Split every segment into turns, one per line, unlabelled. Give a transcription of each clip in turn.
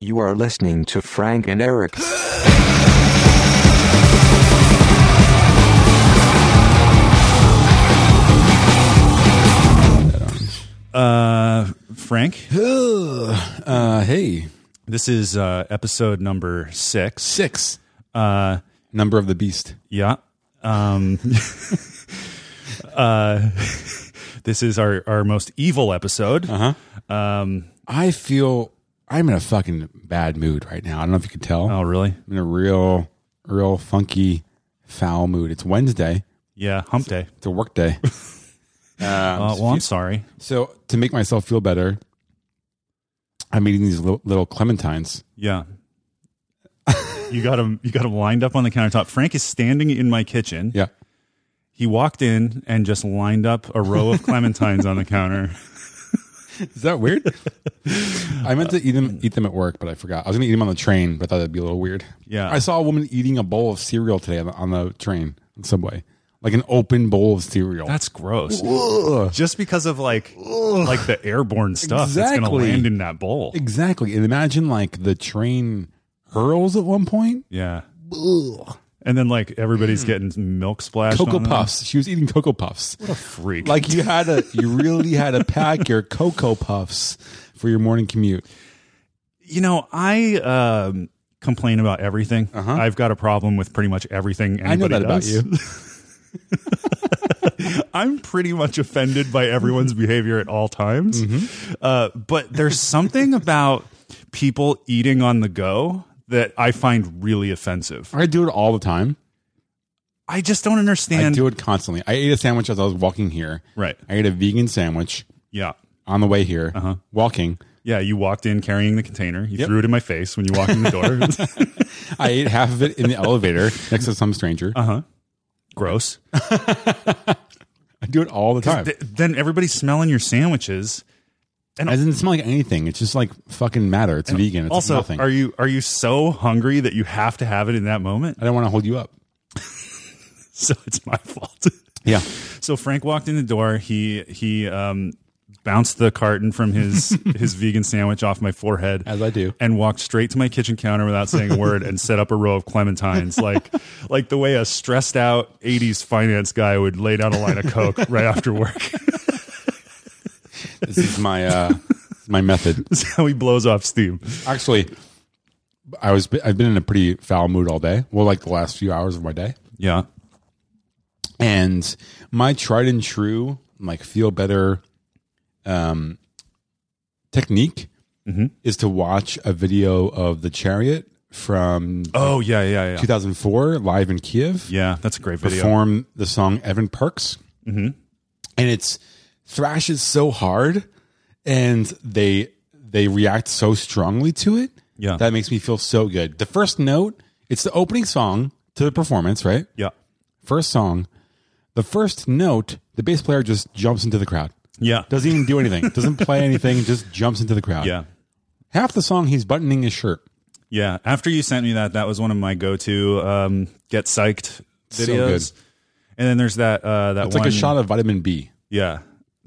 You are listening to Frank and Eric.
Uh, Frank,
uh, hey,
this is uh, episode number six.
six
Uh,
number of the beast.
yeah. Um, uh, this is our, our most evil episode.
Uh
huh. Um,
I feel I'm in a fucking bad mood right now. I don't know if you can tell.
oh, really?
I'm in a real, real funky, foul mood. It's Wednesday.
Yeah, hump day.
It's a work day.
Uh, well, I'm sorry.
so to make myself feel better, I'm eating these little, little clementines.
Yeah. you got him. You got him lined up on the countertop. Frank is standing in my kitchen.
Yeah,
He walked in and just lined up a row of clementines on the counter.
is that weird? I meant to eat them eat them at work, but I forgot. I was gonna eat them on the train, but I thought that'd be a little weird.
Yeah.
I saw a woman eating a bowl of cereal today on the, on the train, on the subway, like an open bowl of cereal.
That's gross. Just because of like like the airborne stuff that's going
Exactly.
to land in that bowl.
Exactly. And imagine like the train hurls at one point.
Yeah. And then like everybody's getting milk splashed.
Mm. Cocoa
on them.
Puffs. She was eating Cocoa Puffs.
Freak.
Like you had a, you really had to pack your Cocoa Puffs for your morning commute.
you know, I um, complain about everything. I've got a problem with pretty much everything. Anybody
Uh-huh. I know that about
does.
you.
I'm pretty much offended by everyone's behavior at all times.
Mm-hmm.
Uh, but there's something about people eating on the go that I find really offensive.
I do it all the time.
I just don't understand.
I do it constantly. I ate a sandwich as I was walking here.
Right.
I ate a vegan sandwich
Yeah.
on the way here,
Uh-huh.
walking.
Yeah, you walked in carrying the container. You threw it in my face when you walked in the door.
I ate half of it in the elevator next to some stranger.
Gross.
I do it all the time.
Th- then everybody's smelling your sandwiches.
it doesn't smell like anything. It's just like fucking matter. It's vegan. It's
also,
nothing.
are you are you so hungry that you have to have it in that moment?
I don't want to hold you up.
So it's my fault.
Yeah.
so Frank walked in the door. He he um, bounced the carton from his his vegan sandwich off my forehead,
As I do.
and walked straight to my kitchen counter without saying a word, and set up a row of clementines, like like the way a stressed out '80s finance guy would lay down a line of coke right after work.
This is my uh, my method.
That's how he blows off steam.
Actually, I was I've been in a pretty foul mood all day. Well, like the last few hours of my day,
Yeah.
and my tried and true like feel better um, technique
Mm-hmm.
is to watch a video of the Chariot from
Oh yeah yeah yeah.
2004 live in Kiev
Yeah, that's a great video.
perform the song Evan Perks, mm-hmm. and it's thrashes so hard, and they they react so strongly to it.
Yeah.
that makes me feel so good. The first note, it's the opening song to the performance, right?
Yeah.
First song, the first note, the bass player just jumps into the crowd.
Yeah.
Doesn't even do anything. Doesn't play anything. Just jumps into the crowd.
Yeah.
half the song he's buttoning his shirt.
Yeah. After you sent me that, that was one of my go to um, get psyched
So
videos. And then there's that uh that
It's
one
like a shot of vitamin B.
Yeah.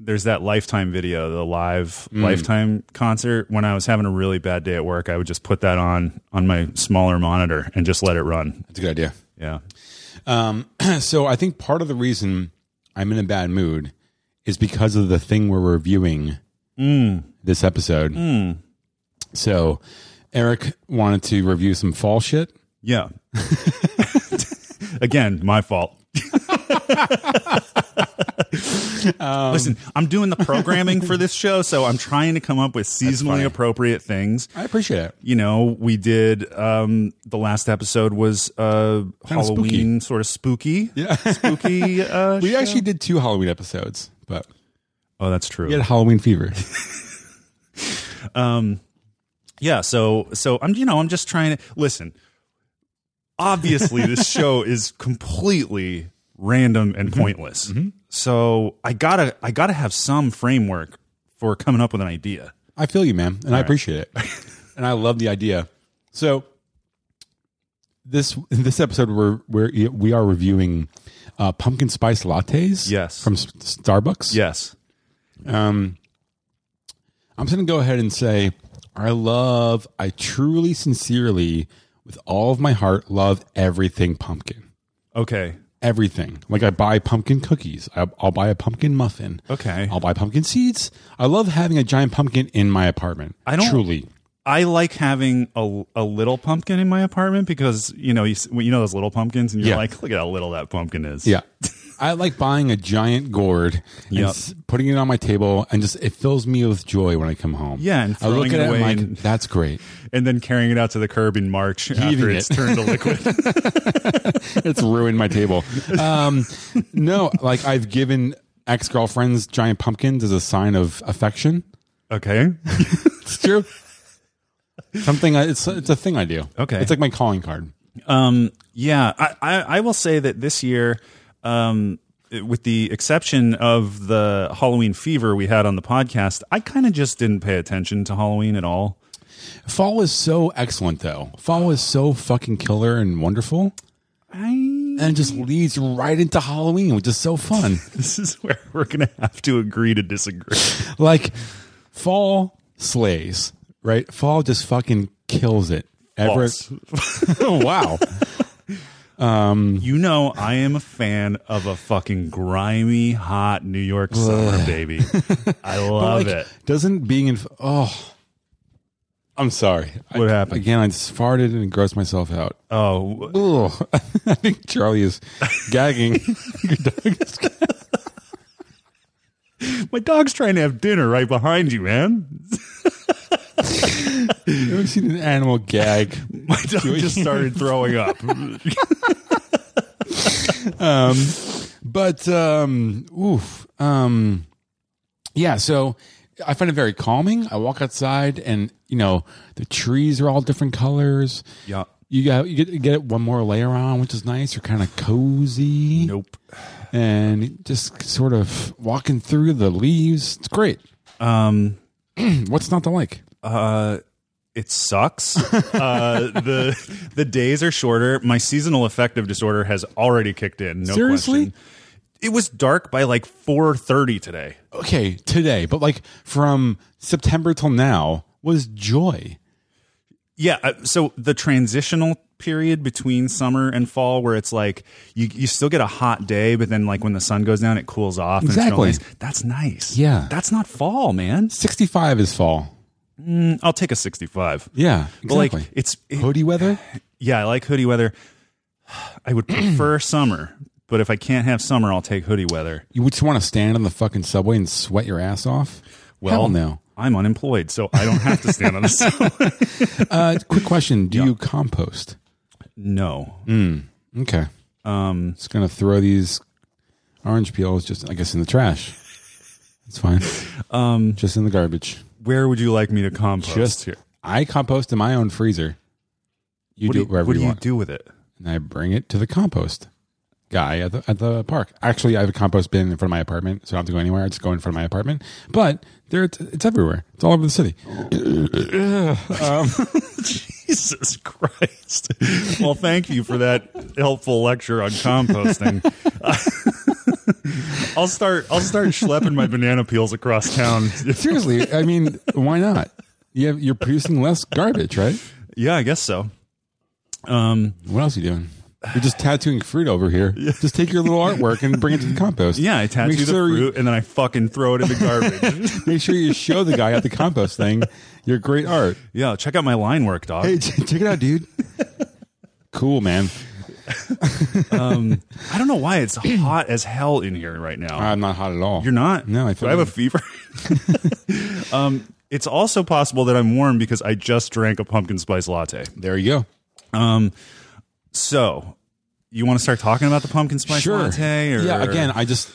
There's that lifetime video, the live
Mm.
lifetime concert. When I was having a really bad day at work, I would just put that on on my smaller monitor and just let it run.
That's a good idea.
Yeah.
Um, so I think part of the reason I'm in a bad mood is because of the thing we're reviewing this episode. So Eric wanted to review some fall shit.
Yeah. Again, my fault.
Um,
Listen, I'm doing the programming for this show, so I'm trying to come up with seasonally
funny.
appropriate things.
I appreciate it.
You know, we did um the last episode was uh
spooky.
Halloween sort of spooky. Yeah. Spooky uh
We actually did two Halloween episodes, but
Oh, that's true.
we had Halloween fever.
yeah so so i'm you know i'm just trying to listen obviously this show is completely random and
Mm-hmm.
pointless so i gotta i gotta have some framework for coming up with an idea
I feel you, man, and I appreciate it, and I love the idea. So this this episode we're we're we are reviewing uh, pumpkin spice lattes.
Yes.
from S- Starbucks.
yes
Um, I'm just going to go ahead and say I love, I truly, sincerely, with all of my heart, love everything pumpkin.
Okay.
Everything. Like I buy pumpkin cookies. I, I'll buy a pumpkin muffin.
Okay.
I'll buy pumpkin seeds. I love having a giant pumpkin in my apartment.
I don't-
truly.
I like having a, a little pumpkin in my apartment because you know you, s- you know those little pumpkins and you're
Yeah.
like look at how little that pumpkin is.
Yeah. I like buying a giant gourd and
Yep.
s- putting it on my table and just it fills me with joy when I come home.
Yeah, and
I look
throwing
at
it
it, and
away
like,
and-
that's great.
And then carrying it out to the curb in March after
Eating
it's
it.
turned to liquid.
it's ruined my table. Um, no, like I've given ex girlfriends giant pumpkins as a sign of affection.
okay.
It's true. Something I, it's it's a thing I do.
Okay.
it's like my calling card.
Um, yeah, I, I, I will say that this year, um, with the exception of the Halloween fever we had on the podcast, I kind of just didn't pay attention to Halloween at all.
Fall is so excellent, though. Fall is so fucking killer and wonderful,
I,
and it just leads right into Halloween, which is so fun.
this is where we're going to have to agree to disagree.
like fall slays, right? Fall just fucking kills it. Ever? Oh,
False.
wow.
You know, I am a fan of a fucking grimy, hot New York summer, baby. I love
Like,
it.
Doesn't being in oh, I'm sorry.
What
I,
happened?
Again, I just farted and grossed myself out.
Oh,
Ugh. I think Charlie is gagging. Your dog is gagging.
my dog's trying to have dinner right behind you, man.
You ever seen an animal gag?
My dog just started throwing up.
Um, But um, oof, um, yeah. So I find it very calming. I walk outside, and you know the trees are all different colors.
yeah.
You got you get, get one more layer on, which is nice. You're kind of cozy.
Nope.
and just sort of walking through the leaves. It's great.
Um,
What's not to like?
Uh, it sucks. uh, the the days are shorter. My seasonal affective disorder has already kicked in. No
Seriously?
question. It was dark by like four thirty today.
Okay, today, but like from September till now was joy.
Yeah. uh, So the transitional period between summer and fall, where it's like you you still get a hot day, but then like when the sun goes down, it cools off. and it's real
Exactly.
nice. That's nice.
Yeah.
That's not fall, man.
65 is fall.
I'll take a sixty-five.
Yeah,
But
exactly.
like it's it-
Hoodie weather?
yeah, I like hoodie weather. I would prefer summer, but if I can't have summer, I'll take hoodie weather.
You just want to stand on the fucking subway and sweat your ass off? Hell no.
I'm unemployed, so I don't have to stand on the sun.
Uh, quick question. Do you compost?
No.
Okay. Um, just going to throw these orange peels just, I guess, in the trash. It's fine. Um, just in the garbage.
Where would you like me to compost?
just here. I compost in my own freezer. You
What
do
do you,
it wherever
what
you,
do, you
want,
do with it?
and I bring it to the compost guy at the at the park. Actually, I have a compost bin in front of my apartment, so I don't have to go anywhere. I just go in front of my apartment. But there, it's, it's everywhere. It's all over the city.
Jesus Christ. well, thank you for that helpful lecture on composting. I'll start I'll start schlepping my banana peels across town.
Seriously, I mean, why not? You have, you're producing less garbage, right?
yeah, I guess so. Um
What else are you doing? You're just tattooing fruit over here. Just take your little artwork and bring it to the compost.
yeah, I tattoo
Make
the
sure-
fruit and then I fucking throw it in the garbage.
Make sure you show the guy at the compost thing your great art.
Yeah, check out my line work, dog.
Hey, ch- check it out, dude. cool, man.
I don't know why it's hot as hell in here right now.
I'm not hot at all.
You're not?
Uh, No, I
Do
feel
I have a
good.
fever. um, it's also possible that I'm warm because I just drank a pumpkin spice latte. Um,
There you go.
So, you want to start talking about the pumpkin spice latte? Or,
yeah. Again, I just.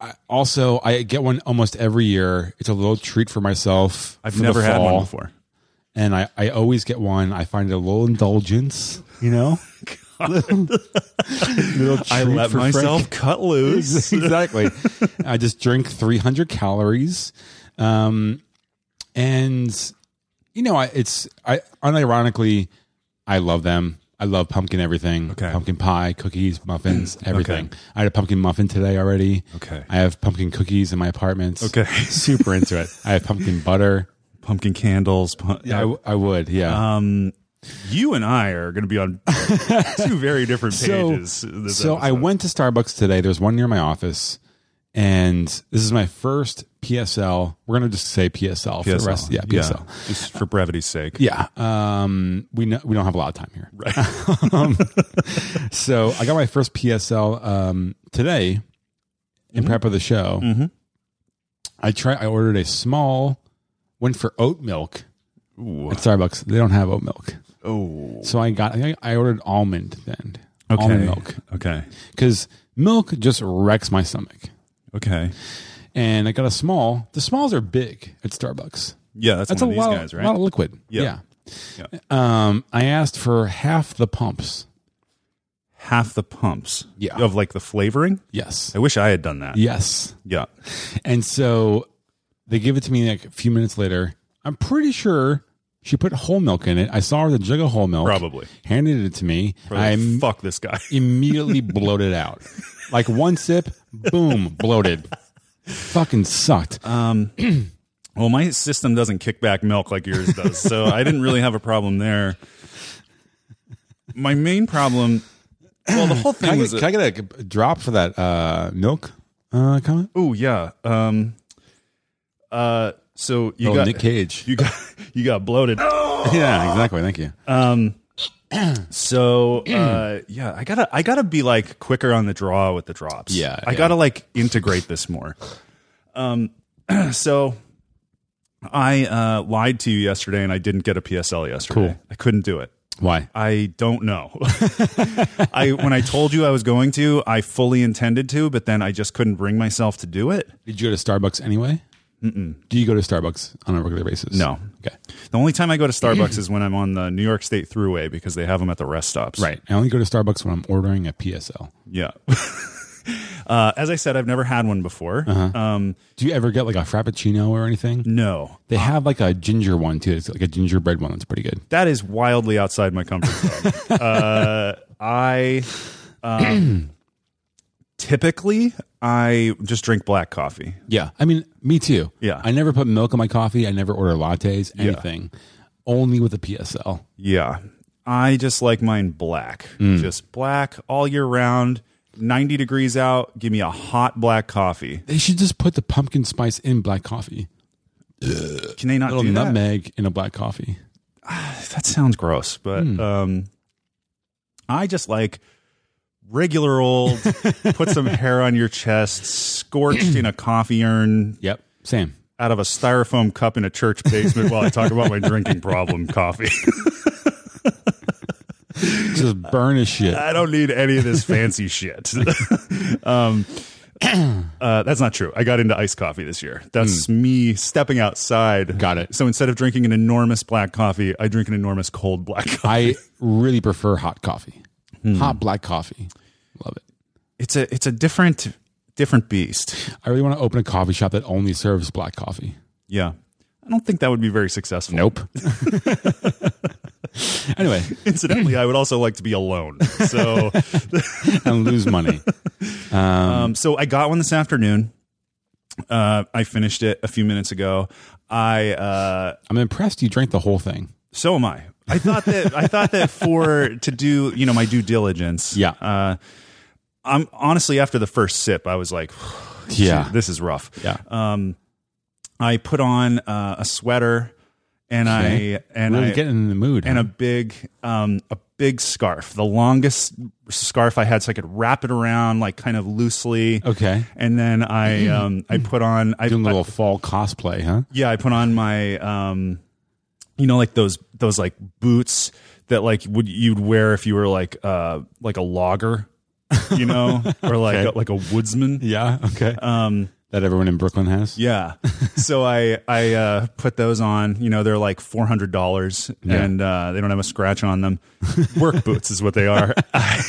I, also, I get one almost every year. It's a little treat for myself.
I've
for the
never had
fall,
one before.
and I, I always get one. I find it a little indulgence, you know. little treat
I let
for Frank.
myself cut loose.
exactly. I just drink 300 calories. Um, and you know, I, it's, I, unironically, I love them. I love pumpkin everything.
Okay.
Pumpkin pie, cookies, muffins, everything. I had a pumpkin muffin today already.
Okay.
I have pumpkin cookies in my apartment.
Okay.
Super into it. I have pumpkin butter.
pumpkin candles. Pu-
I, w- I would, yeah.
um, you and I are going to be on two very different
so
pages. this
so I
episode.
went to Starbucks today. There's one near my office, and this is my first PSL. We're gonna just say PSL, for the rest. Yeah, PSL.
just for brevity's sake.
Yeah. Um, we know, we don't have a lot of time here. Right. um, so I got my first PSL um, today in prep of the show.
Mhm.
I try. I ordered a small. Went for oat milk
Ooh.
at Starbucks. They don't have oat milk,
Oh,
so I got. I, think I ordered almond then.
okay.
Almond milk
Okay.
because milk just wrecks my stomach.
Okay.
And I got a small. The smalls are big at Starbucks.
Yeah, that's,
That's a
one of these
lot,
guys, right?
lot of liquid.
Yeah.
Yeah. Um, I asked for half the pumps.
Half the pumps.
Yeah.
Of like the flavoring.
Yes.
I wish I had done that.
Yes.
Yeah.
And so they give it to me like a few minutes later. I'm pretty sure she put whole milk in it. I saw her the jug of whole milk.
Probably.
Handed it to me.
Probably,
I
fuck this guy.
immediately bloated out. Like one sip, boom, bloated. Fucking sucked.
Uh, Well, my system doesn't kick back milk like yours does, so I didn't really have a problem there. My main problem, well, the whole
can,
thing
I
was,
get, can I get a drop for that uh, milk uh, comment?
oh yeah, um, uh, so you
oh,
got
Nick Cage.
you got you got bloated.
yeah, exactly. Thank you.
Uh, So uh, yeah, I gotta I gotta be like quicker on the draw with the drops.
Yeah,
I
yeah.
gotta like integrate this more. Um, so I uh, lied to you yesterday, and I didn't get a PSL yesterday.
Cool.
I couldn't do it.
Why?
I don't know. I when I told you I was going to, I fully intended to, but then I just couldn't bring myself to do it.
Did you go to Starbucks anyway? Mm-mm. Do you go to Starbucks on a regular basis?
No.
Okay.
The only time I go to Starbucks is when I'm on the New York State Thruway because they have them at the rest stops.
Right. I only go to Starbucks when I'm ordering a PSL.
Yeah. uh, as I said, I've never had one before.
Uh-huh.
Um,
Do you ever get like a frappuccino or anything?
no,
They have like a ginger one too. It's like a gingerbread one that's pretty good.
that is wildly outside my comfort zone. uh, I um, typically I just drink black coffee.
Yeah. I mean, me too.
Yeah.
I never put milk in my coffee. I never order lattes, anything. Only with a PSL.
Yeah. I just like mine black.
Mm.
Just black all year round. 90 degrees out. Give me a hot black coffee.
They should just put the pumpkin spice in black coffee.
Can they not
little
do that?
nutmeg in a black coffee.
That sounds gross, but
Hmm.
um, I just like regular old, put some hair on your chest, scorched in a coffee urn
Yep. Same.
out of a styrofoam cup in a church basement while I talk about my drinking problem coffee.
Just burn as shit.
I don't need any of this fancy shit. um, uh, that's not true. I got into iced coffee this year. That's me stepping outside.
Got it.
So instead of drinking an enormous black coffee, I drink an enormous cold black coffee.
I really prefer hot coffee. Hot black coffee. Hmm. Love it.
It's a it's a different different beast.
I really want to open a coffee shop that only serves black coffee.
Yeah. I don't think that would be very successful.
Nope. anyway,
Incidentally, I would also like to be alone. So
and lose money.
Um, so I got one this afternoon. Uh, I finished it a few minutes ago. I uh,
I'm impressed you drank the whole thing.
so am I. I thought that I thought that for to do you know my due diligence.
Yeah.
Uh, I'm honestly after the first sip, I was like,
Yeah.
this is rough.
Yeah.
Um, I put on uh, a sweater and I and
really
I
getting in the mood.
and
huh?
a big um a big scarf the longest scarf i had so i could wrap it around like kind of loosely
okay. Mm-hmm.
and then i um i put on i,
Doing a
I-
little fall cosplay, huh?
yeah i put on my um you know like those those like boots that like would you'd wear if you were like uh like a logger you know or like
Okay.
like a woodsman
Yeah. Okay.
um
that everyone in Brooklyn has.
yeah. So I I uh, put those on. You know, they're like four hundred dollars, and uh, they don't have a scratch on them. Work boots is what they are. I,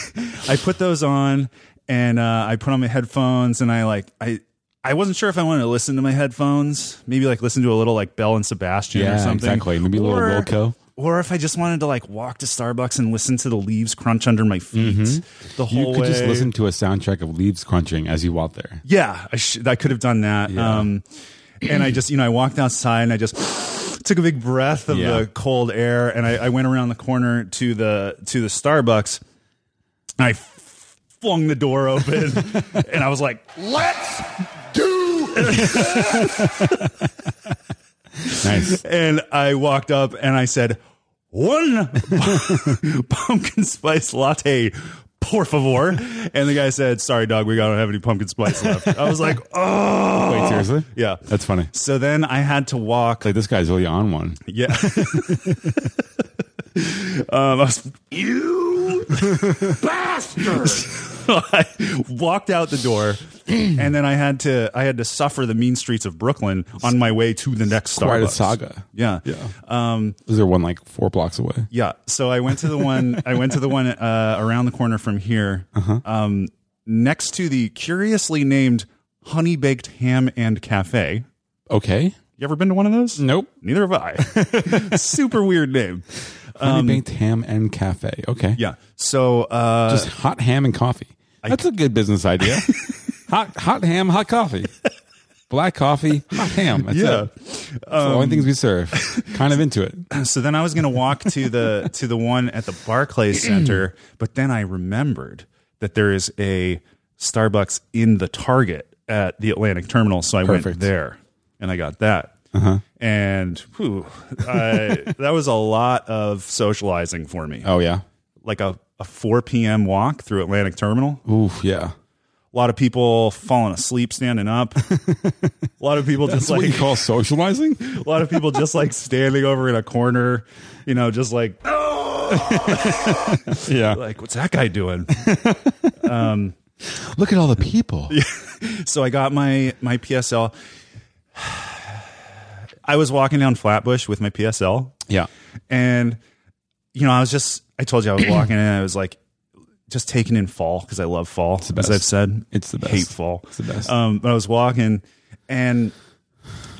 I put those on, and uh, I put on my headphones, and I like I. I wasn't sure if I wanted to listen to my headphones, maybe like listen to a little like Bell and Sebastian
Yeah,
or something.
exactly. Maybe a little
Or-
Wilco.
Or if I just wanted to like walk to Starbucks and listen to the leaves crunch under my feet the
Mm-hmm. You
whole
could just
way.
listen to a soundtrack of leaves crunching as you walk there.
Yeah, I, sh- I could have done that. Um, and I just, you know, I walked outside and I just took a big breath of
Yeah.
the cold air, and I, I went around the corner to the to the Starbucks. And I f- flung the door open, and I was like,
Let's do
Nice.
and I walked up and I said, one pumpkin spice latte, por favor. And the guy said, sorry, dog, we don't have any pumpkin spice left. I was like, oh.
Wait, seriously?
Yeah.
That's funny.
So then I had to walk.
Like this guy's really on one.
Yeah. um, I was,
you bastard.
I walked out the door, and then I had to I had to suffer the mean streets of Brooklyn on my way to the next Starbucks.
Quite a saga.
Yeah.
Yeah.
Um,
Those are one like four blocks away.
Yeah. So I went to the one. I went to the one uh, around the corner from here,
Uh-huh.
um, next to the curiously named Honey Baked Ham and Cafe.
Okay.
You ever been to one of those?
Nope.
Neither have I. Super weird name.
Honey baked ham and cafe. Okay.
Um, Yeah. So uh,
Just hot ham and coffee. That's a good business idea. hot hot ham, hot coffee. Black coffee, hot ham. That's
Yeah. Um,
it. It's the only things we serve. Kind of into it.
so then I was going to walk to the to the one at the Barclays Center, but then I remembered that there is a Starbucks in the Target at the Atlantic Terminal, so I went
Perfect. Uh-huh.
there and I got that. And whew, I, that was a lot of socializing for me.
Oh yeah.
Like a, a 4 p.m. walk through Atlantic Terminal.
Ooh yeah.
A lot of people falling asleep standing up. a lot of people just
That's what
like
you call socializing?
a lot of people just like standing over in a corner, you know, just like
yeah.
like what's that guy doing?
Look at all the people.
so I got my my PSL. I was walking down Flatbush with my PSL,
Yeah.
and you know, I was just I told you I was walking, and I was like, just taking in fall because I love fall,
best.
as I've said.
It's the best.
Hate fall.
It's the best.
Um, but I was walking, and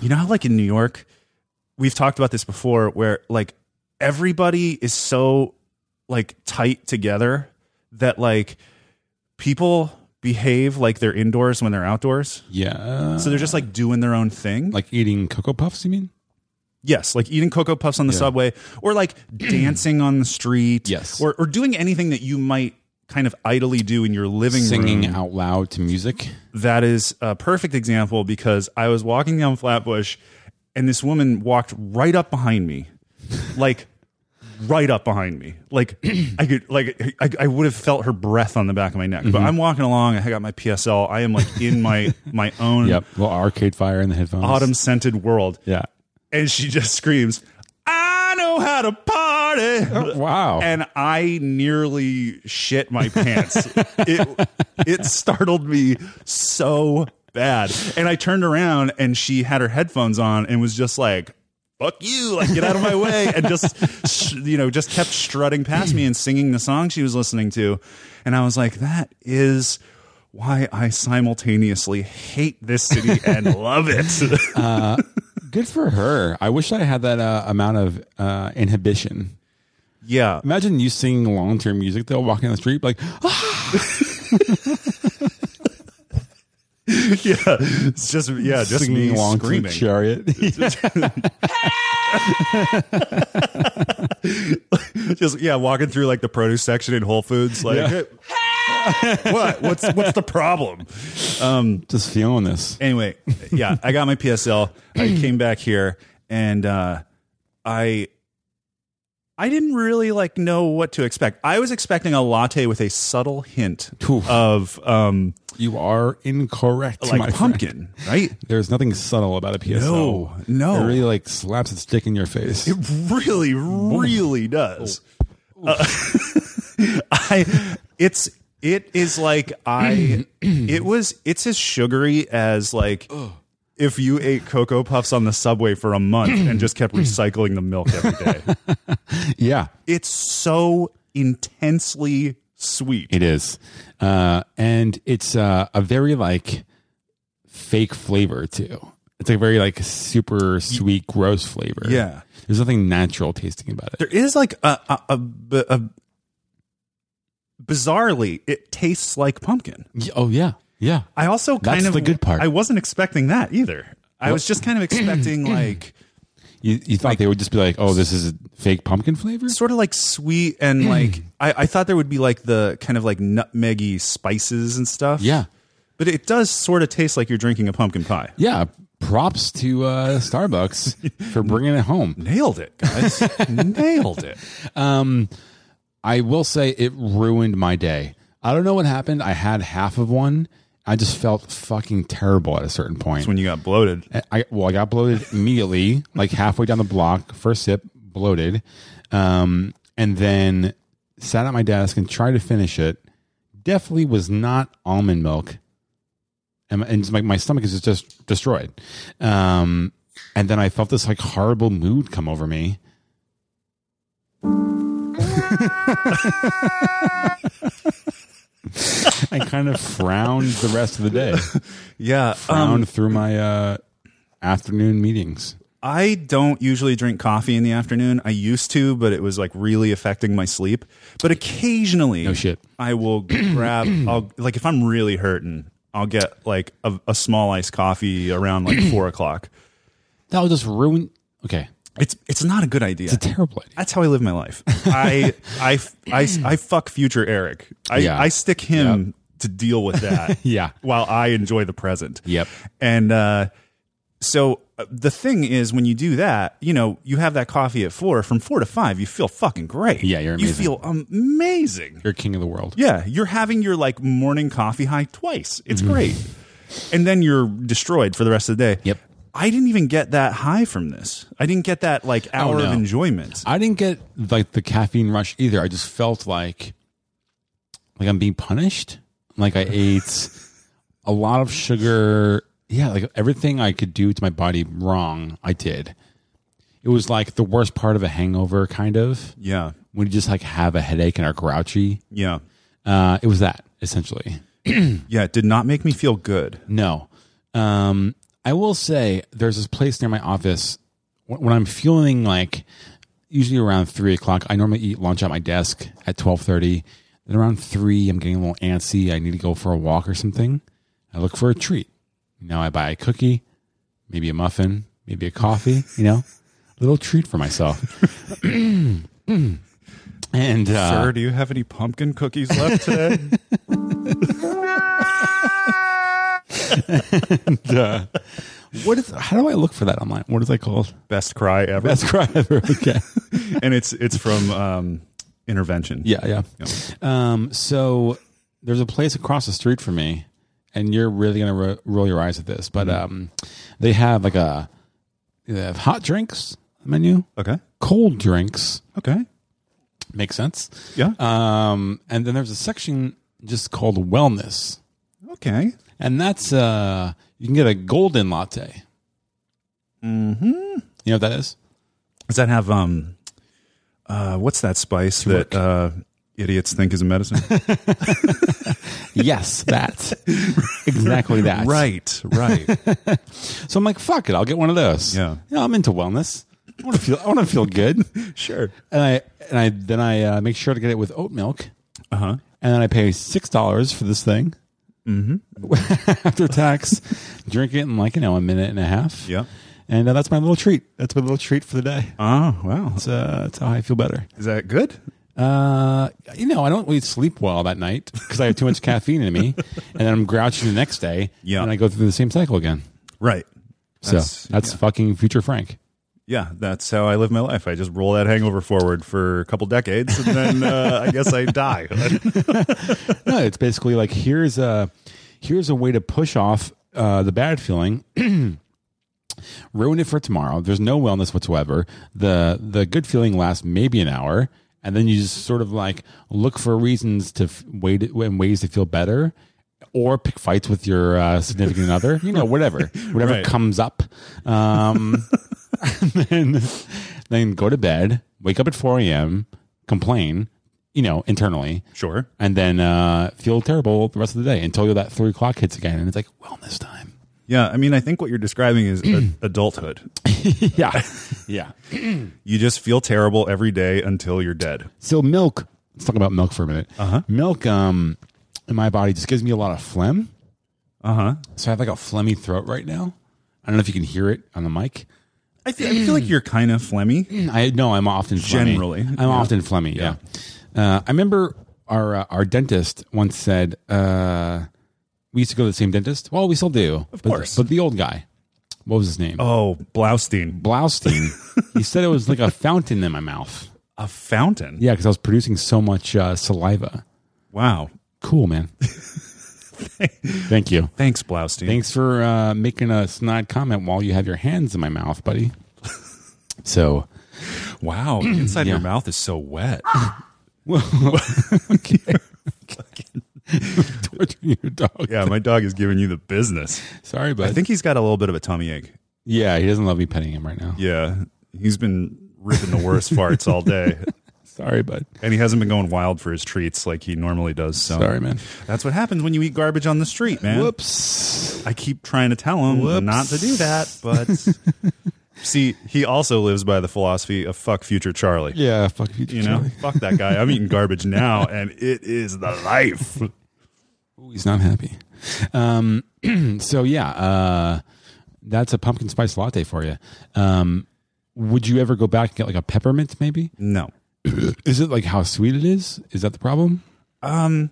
you know how like in New York, we've talked about this before, where like everybody is so like tight together that like people behave like they're indoors when they're outdoors.
Yeah.
So they're just like doing their own thing.
like eating cocoa puffs, you mean?
Yes, like eating cocoa puffs on the subway, or like dancing on the street,
Yes.
or or doing anything that you might kind of idly do in your living
Singing
room. Mm-hmm.
out loud to music.
That is a perfect example because I was walking down Flatbush, and this woman walked right up behind me, like right up behind me, like I could like I, I would have felt her breath on the back of my neck. But I'm walking along, I got my PSL, I am like in my my own
Yep. Well, arcade fire in the headphones.
autumn scented world,
Yeah.
and she just screams, I know how to party.
Wow.
Uh, And I nearly shit my pants. it, it startled me so bad. And I turned around and she had her headphones on and was just like, fuck you, like get out of my way. And just, sh- you know, just kept strutting past me and singing the song she was listening to. And I was like, that is why I simultaneously hate this city and love it.
Good for her. I wish I had that uh, amount of uh, inhibition.
yeah.
Imagine you singing long term music though, walking down the street, like, ah,
yeah, it's just yeah, just me
singing along to the
screaming.
chariot.
Just yeah, walking through like the produce section in Whole Foods, like
Yeah.
"Hey, what? What's what's the problem? Um,
Just feeling this.
Anyway, yeah, I got my PSL. I came back here, and uh, I I didn't really like know what to expect. I was expecting a latte with a subtle hint
Oof.
of um
You are incorrect. my
like
friend.
pumpkin, right?
There's nothing subtle about a PSL.
No, no.
It really like slaps its dick in your face.
really really does Uh, i it's it is like i it was it's as sugary as like if you ate cocoa puffs on the subway for a month and just kept recycling the milk every day
yeah,
it's so intensely sweet
it is. Uh, and it's uh, a very like fake flavor too. It's a very like super sweet, gross flavor.
Yeah.
There's nothing natural tasting about it.
there is like a a, a, b- a- bizarrely it tastes like pumpkin
Y- Oh yeah. Yeah.
I also kind
That's
of
the good part.
I wasn't expecting that either. I was just kind of expecting like
You, you thought they would just be like, oh, this is a fake pumpkin flavor?
sort of like sweet and like I, I thought there would be like the kind of like nutmeggy spices and stuff.
Yeah.
But it does sort of taste like you're drinking a pumpkin pie.
Yeah. Props to uh, Starbucks for bringing it home.
Nailed it, guys. Nailed it.
I will say it ruined my day. I don't know what happened. I had half of one. I just felt fucking terrible at a certain point.
That's when you got bloated.
I well, I got bloated immediately, like halfway down the block. First sip, bloated, um, and then sat at my desk and tried to finish it. Definitely was not almond milk, and, my- and just my, my stomach is just destroyed. Um, and then I felt this like horrible mood come over me. I kind of frowned the rest of the day
Yeah.
frowned
Um,
through my uh, afternoon meetings.
I don't usually drink coffee in the afternoon. I used to, but it was like really affecting my sleep. But occasionally,
No shit.
I will grab. I'll like if I'm really hurting, I'll get like a, a small iced coffee around like four o'clock.
That'll just ruin. Okay,
It's it's not a good idea.
it's a terrible idea.
That's how I live my life. I I I, I fuck future Eric. I,
Yeah.
I stick him to deal with that.
Yeah.
While I enjoy the present.
Yep.
And uh, so uh, the thing is, when you do that, you know, you have that coffee at four. From four to five, you feel fucking great.
Yeah, you're
You
amazing.
feel amazing.
You're king of the world.
Yeah, you're having your like morning coffee high twice. It's
Mm-hmm.
great. And then you're destroyed for the rest of the day.
Yep.
I didn't even get that high from this. I didn't get that like hour
Oh, no.
of enjoyment.
I didn't get like the caffeine rush either. I just felt like like I'm being punished. Like I ate a lot of sugar. Yeah, like everything I could do to my body wrong, I did. It was like the worst part of a hangover, kind of.
yeah.
When you just like have a headache and are grouchy.
Yeah.
Uh, it was that essentially.
Yeah, it did not make me feel good.
No. Um, I will say there's this place near my office when, when I'm feeling like usually around three o'clock. I normally eat lunch at my desk at twelve thirty. Then around three, I'm getting a little antsy. I need to go for a walk or something. I look for a treat. You know, I buy a cookie, maybe a muffin, maybe a coffee. You know, a little treat for myself. and uh,
Sir, do you have any pumpkin cookies left today?
what is? How do I look for that online? What is that called?
Best cry ever.
Best cry ever. Okay.
And it's it's from um, intervention.
Yeah, yeah. Um, so there's a place across the street from me, and you're really gonna ro- roll your eyes at this, but
Mm-hmm.
um, they have like a they have hot drinks menu,
Okay.
cold drinks.
Okay.
Makes sense.
Yeah.
Um, and then there's a section just called wellness,
okay.
and that's uh, you can get a golden latte. Mm-hmm.
Mm-hmm.
You know what that is?
Does that have um uh what's that spice that uh idiots think is a medicine?
yes, that exactly that.
right, right.
So I'm like, fuck it, I'll get one of those.
Yeah.
you know, I'm into wellness. I want to feel. I want to feel good.
sure.
And I and I then I uh, make sure to get it with oat milk,
Uh-huh.
and then I pay six dollars for this thing mm-hmm. after tax. drink it in like you know a minute and a half.
Yeah.
and uh, that's my little treat. That's my little treat for the day.
Oh, wow.
That's, uh, that's how I feel better.
Is that good?
Uh, you know, I don't really sleep well that night because I have too much caffeine in me, and then I'm grouchy the next day.
Yeah.
and I go through the same cycle again.
Right.
so that's fucking future Frank.
yeah, that's how I live my life. I just roll that hangover forward for a couple decades and then uh, I guess I die.
No, it's basically like here's a here's a way to push off uh, the bad feeling, ruin it for tomorrow. There's no wellness whatsoever. the The good feeling lasts maybe an hour, and then you just sort of like look for reasons to f- wait and ways to feel better, or pick fights with your uh, significant other. You know, whatever, whatever
Right.
comes up. Um, and then then go to bed, wake up at four a.m., complain. You know, internally,
sure.
and then uh, feel terrible the rest of the day until that three o'clock hits again, and it's like wellness time.
Yeah, I mean, I think what you're describing is a, adulthood.
yeah, yeah.
You just feel terrible every day until you're dead.
So milk. Let's talk about milk for a minute. Uh-huh. Milk, um, in my body just gives me a lot of phlegm.
Uh huh.
So I have like a phlegmy throat right now. I don't know if you can hear it on the mic. Mm,
I feel, I feel like you're kind of Flemmy.
I no, I'm often phlegmy.
Generally,
I'm
yeah.
often phlegmy. Yeah, Uh, I remember our uh, our dentist once said uh, we used to go to the same dentist. Well, we still do, of
course.
But the old guy, what was his name?
Oh, Blaustein,
Blaustein. he said it was like a fountain in my mouth.
a fountain.
Yeah, because I was producing so much uh, saliva.
Wow.
Cool, man. Thank you.
Thanks, Blaustein.
Thanks for uh, making a snide comment while you have your hands in my mouth, buddy. So,
Wow, the inside your mouth is so wet.
torturing your dog.
yeah, my dog is giving you the business.
Sorry, but
I think he's got a little bit of a tummy ache.
yeah, he doesn't love me petting him right now.
Yeah, he's been ripping the worst farts all day,
Sorry, bud.
and he hasn't been going wild for his treats like he normally does. So
Sorry, man.
that's what happens when you eat garbage on the street, man.
Whoops.
I keep trying to tell him
Whoops.
not to do that, but see, he also lives by the philosophy of fuck future Charlie.
Yeah, fuck you.
You know,
Charlie.
fuck that guy. I'm eating garbage now, and it is the life.
Ooh, he's not happy. Um, so yeah, uh, that's a pumpkin spice latte for you. Um, would you ever go back and get like a peppermint? Maybe
No.
is it like how sweet it is? Is that the problem?
Um,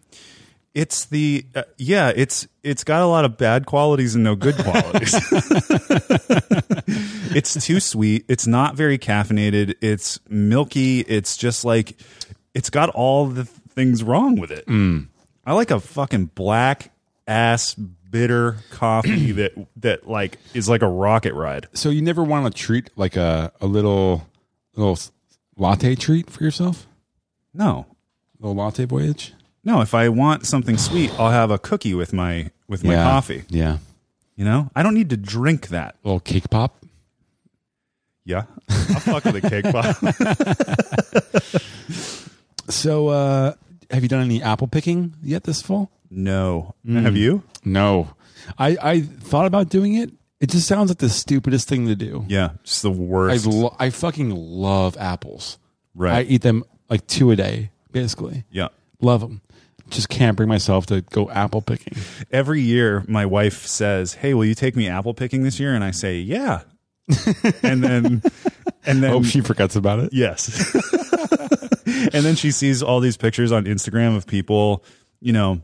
it's the uh, yeah it's it's got a lot of bad qualities and no good qualities it's too sweet it's not very caffeinated it's milky it's just like it's got all the things wrong with it i like a fucking black ass bitter coffee that that like is like a rocket ride
So you never want to treat like a a little little s- latte treat for yourself,
no
little latte voyage.
no if i want something sweet i'll have a cookie with my with my coffee
Yeah,
you know i don't need to drink that
little cake pop.
yeah i'll fuck with a cake pop
So uh, have you done any apple picking yet this fall?
No. Have you?
No, I I thought about doing it. It just sounds like the stupidest thing to do.
Yeah, just the
I
worst.
lo- I fucking love apples. I
right.
eat them like two a day, basically.
yeah.
Love them. Just can't bring myself to go apple picking.
Every year, my wife says, "Hey, will you take me apple picking this year?" And I say, "Yeah." and then, and then,
Hope Oh, she forgets about it.
yes. and then she sees all these pictures on Instagram of people, you know,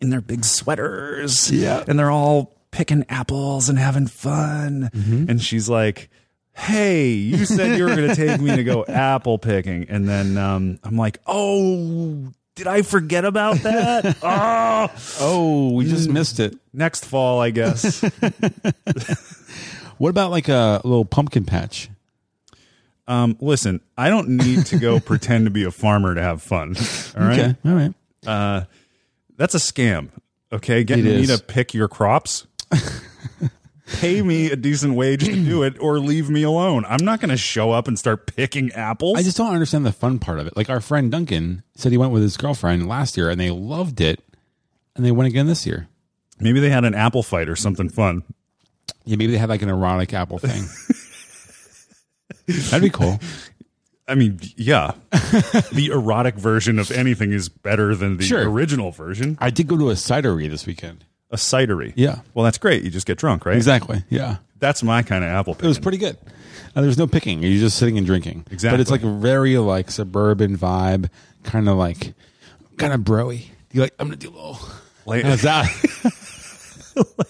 in their big sweaters,
Yeah.
and they're all picking apples and having fun.
Mm-hmm.
And she's like, "Hey, you said you were going to take me to go apple picking." And then um, I'm like, "Oh, did I forget about that? oh,
Oh, we just missed it.
next fall, I guess."
What about like a little pumpkin patch?
Um, listen, I don't need to go pretend to be a farmer to have fun. All right,
Okay, all right.
that's a scam. Okay, getting
It
me
is.
to pick your crops. Pay me a decent wage to do it or leave me alone. I'm not going to show up and start picking apples.
I just don't understand the fun part of it. Like our friend Duncan said, he went with his girlfriend last year and they loved it, and they went again this year.
Maybe they had an apple fight or something fun.
Yeah, maybe they had like an erotic apple thing. That'd be cool.
I mean, yeah. the erotic version of anything is better than the
Sure.
original version.
I did go to a cidery this weekend.
A cidery.
Yeah.
Well, that's great. You just get drunk, right?
Exactly. Yeah.
That's my kind of apple
It
picking.
was pretty good. Uh, there was no picking. You're just sitting and drinking. But
Exactly.
it's like a very like suburban vibe, kind of like kind of broy. You're like, I'm gonna do a little.
Like-
How's that?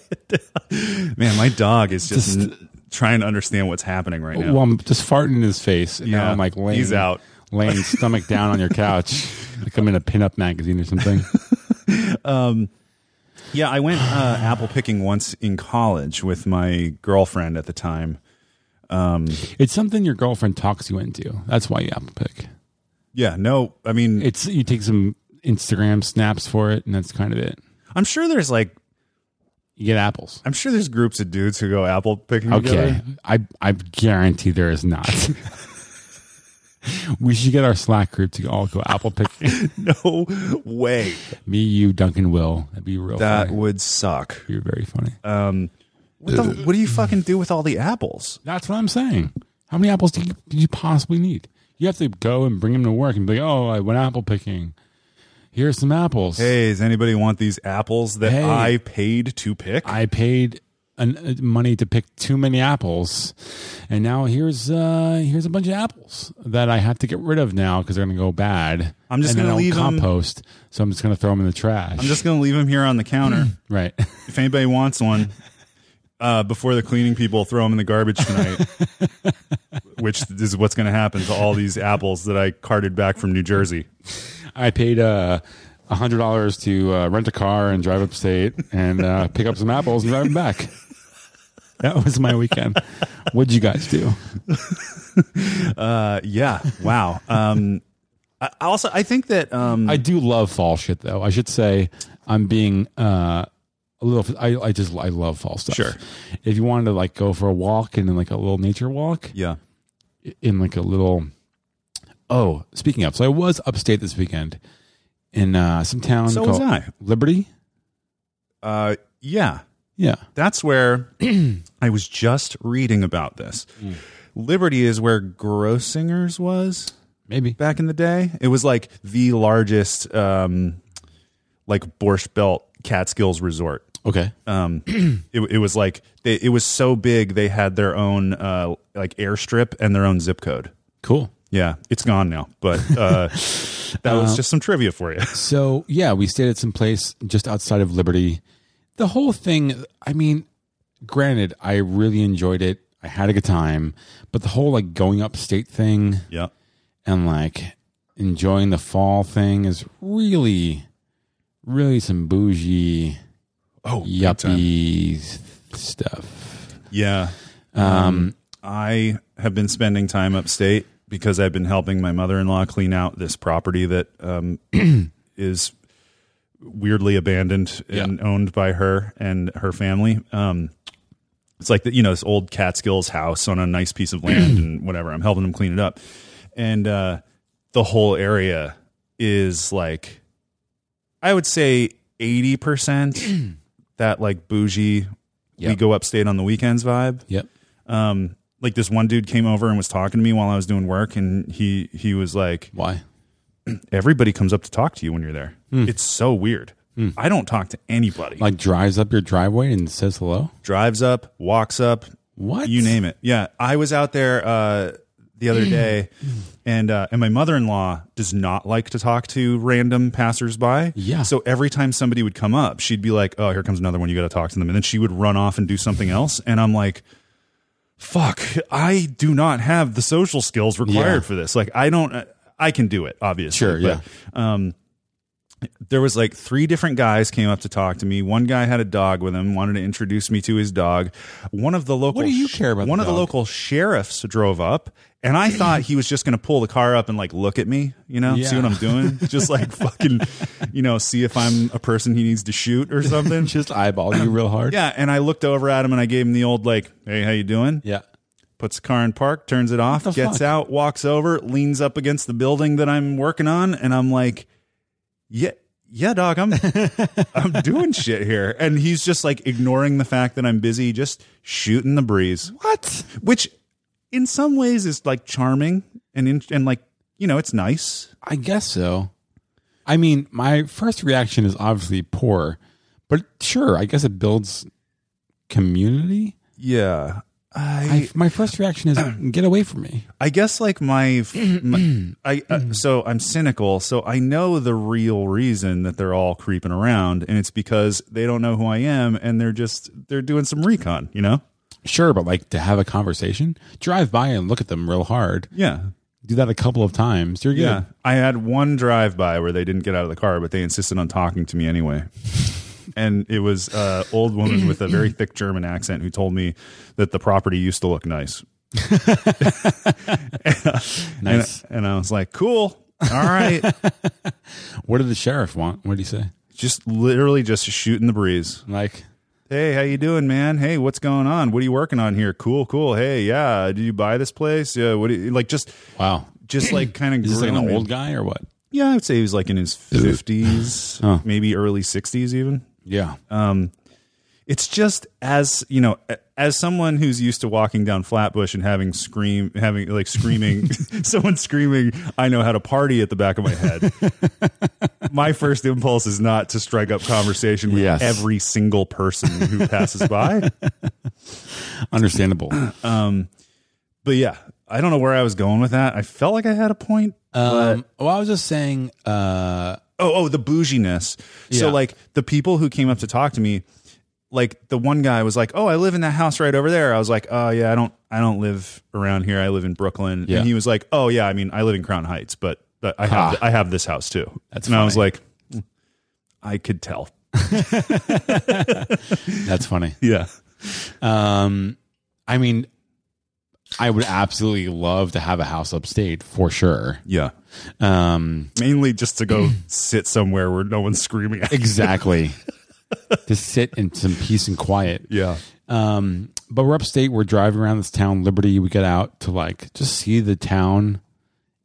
Man, my dog is just, n- trying to understand what's happening right now.
well, I'm just farting in his face, and now
Yeah.
I'm like laying.
He's out.
Laying stomach down on your couch, like I'm in a pinup magazine or something.
Yeah, I went uh, apple picking once in college with my girlfriend at the time.
It's something your girlfriend talks you into. That's why you apple pick.
Yeah, no, I mean,
It's you take some Instagram snaps for it, and that's kind of it.
I'm sure there's like,
You get apples.
I'm sure there's groups of dudes who go apple picking
Okay,
together.
I I guarantee there is not. we should get our Slack group to all go apple picking.
No way.
Me, you, Duncan, Will. That'd be real.
That
funny.
would suck.
You're very funny.
What, the, what do you fucking do with all the apples?
That's what I'm saying. How many apples do you, do you possibly need? You have to go and bring them to work and be like, "Oh, I went apple picking. Here's some apples.
Hey, does anybody want these apples that
Hey.
I paid to pick?
I paid an, uh, money to pick too many apples, and now here's uh, here's a bunch of apples that I have to get rid of now because they're going to go bad.
I'm just
And then
gonna
I'll
leave 'em-
compost, so I'm just going to throw them in the trash.
I'm just going to leave them here on the counter.
right.
if anybody wants one, uh, before the cleaning people throw them in the garbage tonight, which is what's going to happen to all these apples that I carted back from New Jersey.
I paid uh, hundred dollars to uh, rent a car and drive upstate and uh, pick up some apples and drive them back. That was my weekend. What'd you guys do?
Uh, yeah. Wow. Um, I I also, I think that um,
I do love fall shit, though. I should say I'm being uh, a little. I, I just I love fall stuff.
Sure.
If you wanted to like go for a walk and then like a little nature walk
yeah.
in like a little. Oh, speaking of, so I was upstate this weekend in uh, some town
So was
called
I.
Liberty.
Uh, yeah.
Yeah.
That's where I was just reading about this. Liberty is where Grossinger's was.
Maybe.
back in the day. It was like the largest, um, like Borscht Belt Catskills resort.
Okay.
Um, it, it was like they, it was so big they had their own uh, like airstrip and their own zip code.
Cool.
Yeah, it's gone now, but uh, that was just some trivia for you.
So yeah, we stayed at some place just outside of Liberty. The whole thing, I mean, granted, I really enjoyed it. I had a good time, but the whole like going upstate thing
yeah,
and like enjoying the fall thing is really, really some bougie, oh, yuppie stuff.
yeah.
Um,
I have been spending time upstate because I've been helping my mother in law clean out this property that um, is weirdly abandoned and owned by her and her family. Um, it's like the, you know this old Catskills house on a nice piece of land and whatever. I'm helping them clean it up, and uh, the whole area is like I would say eighty percent that like bougie. We
Yep.
go upstate on the weekends vibe
yep.
um like this one dude came over and was talking to me while I was doing work and he he was like
Why?
everybody comes up to talk to you when you're there. It's so weird. I don't talk to anybody.
Hmm. Like drives up your driveway and says hello.
Drives up, walks up,
What? Mm.
you name it. Yeah, I was out there uh the other day and uh and my mother-in-law does not like to talk to random passersby.
Yeah.
So every time somebody would come up, she'd be like, "Oh, here comes another one. You got to talk to them." And then she would run off and do something else and I'm like, fuck, I do not have the social skills required
Yeah.
for this. Like, I don't, uh, I can do it, obviously.
Sure, yeah.
Um, there was like three different guys came up to talk to me. One guy had a dog with him, wanted to introduce me to his dog. One of the local,
What do you care about the
One of the
dog?
local sheriffs drove up, and I thought he was just going to pull the car up and like look at me, you know, see
Yeah.
what I'm doing, just like fucking, you know, see if I'm a person he needs to shoot or something.
Just eyeball you real hard.
yeah, and I looked over at him and I gave him the old like, "Hey, how you doing?"
Yeah.
puts the car in park, turns it off,
the
gets
fuck?
out, walks over, leans up against the building that I'm working on, and I'm like, yeah. Yeah, dog, I'm I'm doing shit here. And he's just like ignoring the fact that I'm busy, just shooting the breeze.
What?
Which in some ways is like charming and in, and like, you know, it's nice.
I guess so. I mean, my first reaction is obviously poor, but sure, I guess it builds community.
Yeah.
I, my first reaction is get away from me.
I guess like my, my I uh, so I'm cynical, so I know the real reason that they're all creeping around, and it's because they don't know who I am, and they're just they're doing some recon, you know?
Sure, but like to have a conversation, drive by and look at them real hard.
Yeah,
Do that a couple of times. You're good.
yeah. I had one drive by where they didn't get out of the car, but they insisted on talking to me anyway. And it was uh, old woman with a very thick German accent who told me that the property used to look nice.
Nice.
And, and I was like, cool. All right.
what did the sheriff want? What did he say?
just literally just shooting the breeze.
Like,
Hey, how you doing, man? Hey, what's going on? What are you working on here? Cool, cool. Hey, yeah, did you buy this place? Yeah, what do you like? Just,
wow.
just like kind of
Is this like an old guy or what?
Yeah, I would say he was like in his fifties,
Oh.
maybe early sixties, even.
Yeah.
It's just as you know, a- as someone who's used to walking down Flatbush and having scream, having like screaming, someone screaming, "I know how to party" at the back of my head. my first impulse is not to strike up conversation with
Yes.
every single person who passes by.
Understandable.
But yeah, I don't know where I was going with that. I felt like I had a point.
Um, well, I was just saying. Uh,
Oh, oh, the bouginess. So
Yeah.
like the people who came up to talk to me, like the one guy was like, "Oh, I live in that house right over there." I was like, "Oh yeah, I don't, I don't live around here. I live in Brooklyn."
Yeah. Ah.
And he was like, "Oh yeah, I mean, I live in Crown Heights, but but I have, I have this house too."
That's
and I was
funny.
like, "Mm, I could tell.
that's funny.
Yeah,
Um, I mean, I would absolutely love to have a house upstate for sure.
yeah.
Um,
Mainly just to go sit somewhere where no one's screaming. At
exactly. to sit in some peace and quiet.
Yeah,
Um, but we're upstate. We're driving around this town, Liberty. We get out to like just see the town.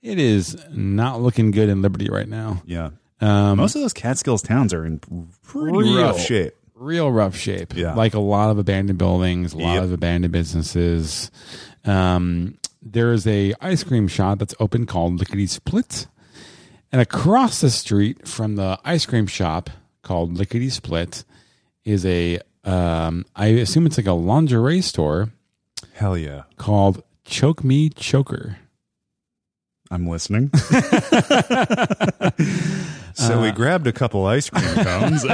It is not looking good in Liberty right now.
yeah.
Um,
Most of those Catskills towns are in pretty
Real.
rough shape.
real rough shape.
Yeah.
Like a lot of abandoned buildings, a lot
Yep.
of abandoned businesses. Um, there is a ice cream shop that's open called Lickety Split. And across the street from the ice cream shop called Lickety Split is a um, I assume it's like a lingerie store
Hell yeah,
called Choke Me Choker.
I'm listening. so
Uh,
we grabbed a couple ice cream cones.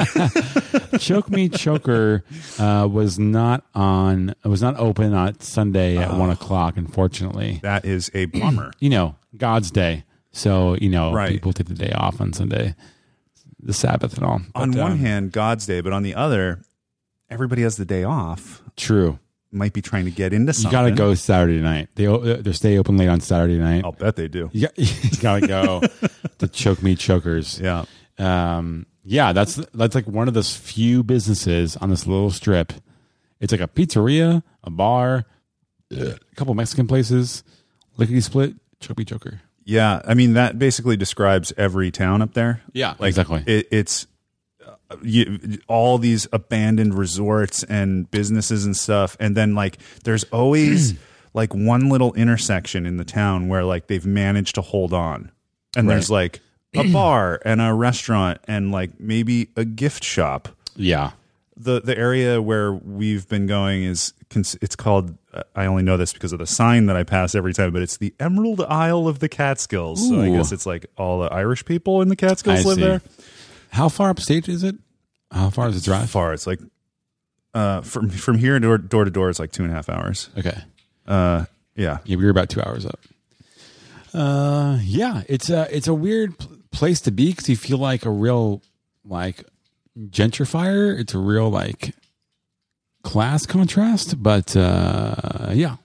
Choke Me Choker uh, was not on was not open on Sunday
Oh.
at one o'clock, unfortunately.
that is a bummer.
you know, God's day. So, you know,
Right.
people take the day off on Sunday, the Sabbath and all.
on
But,
one
um,
hand, God's day, but on the other, everybody has the day off.
true.
Might be trying to get into
You
something. Oh.
got to go Saturday night. They, o- they stay open late on Saturday night.
I'll bet they do.
You got to go to Choke Me Chokers.
Yeah.
Um, yeah, that's that's like one of those few businesses on this little strip. It's like a pizzeria, a bar, a couple Mexican places, lickety split, Choke Me Choker.
Yeah. I mean, that basically describes every town up there.
Yeah,
Like,
exactly.
It, it's uh, you, all these abandoned resorts and businesses and stuff. And then, like, there's always like one little intersection in the town where like they've managed to hold on. And there's like a bar and a restaurant and like maybe a gift shop.
Yeah.
the the area where we've been going is cons- it's called uh, I only know this because of the sign that I pass every time, but it's the Emerald Isle of the Catskills. So I
Ooh.
guess it's like all the Irish people in the Catskills
I
live
see.
there.
How far upstate is it? How far is it drive?
Not far, it's like uh, from from here door door to door is like two and a half hours.
Okay.
Uh, yeah,
Yeah, we were about two hours up. Uh, yeah, it's a it's a weird pl- place to be because you feel like a real like gentrifier. It's a real like class contrast, but uh, yeah,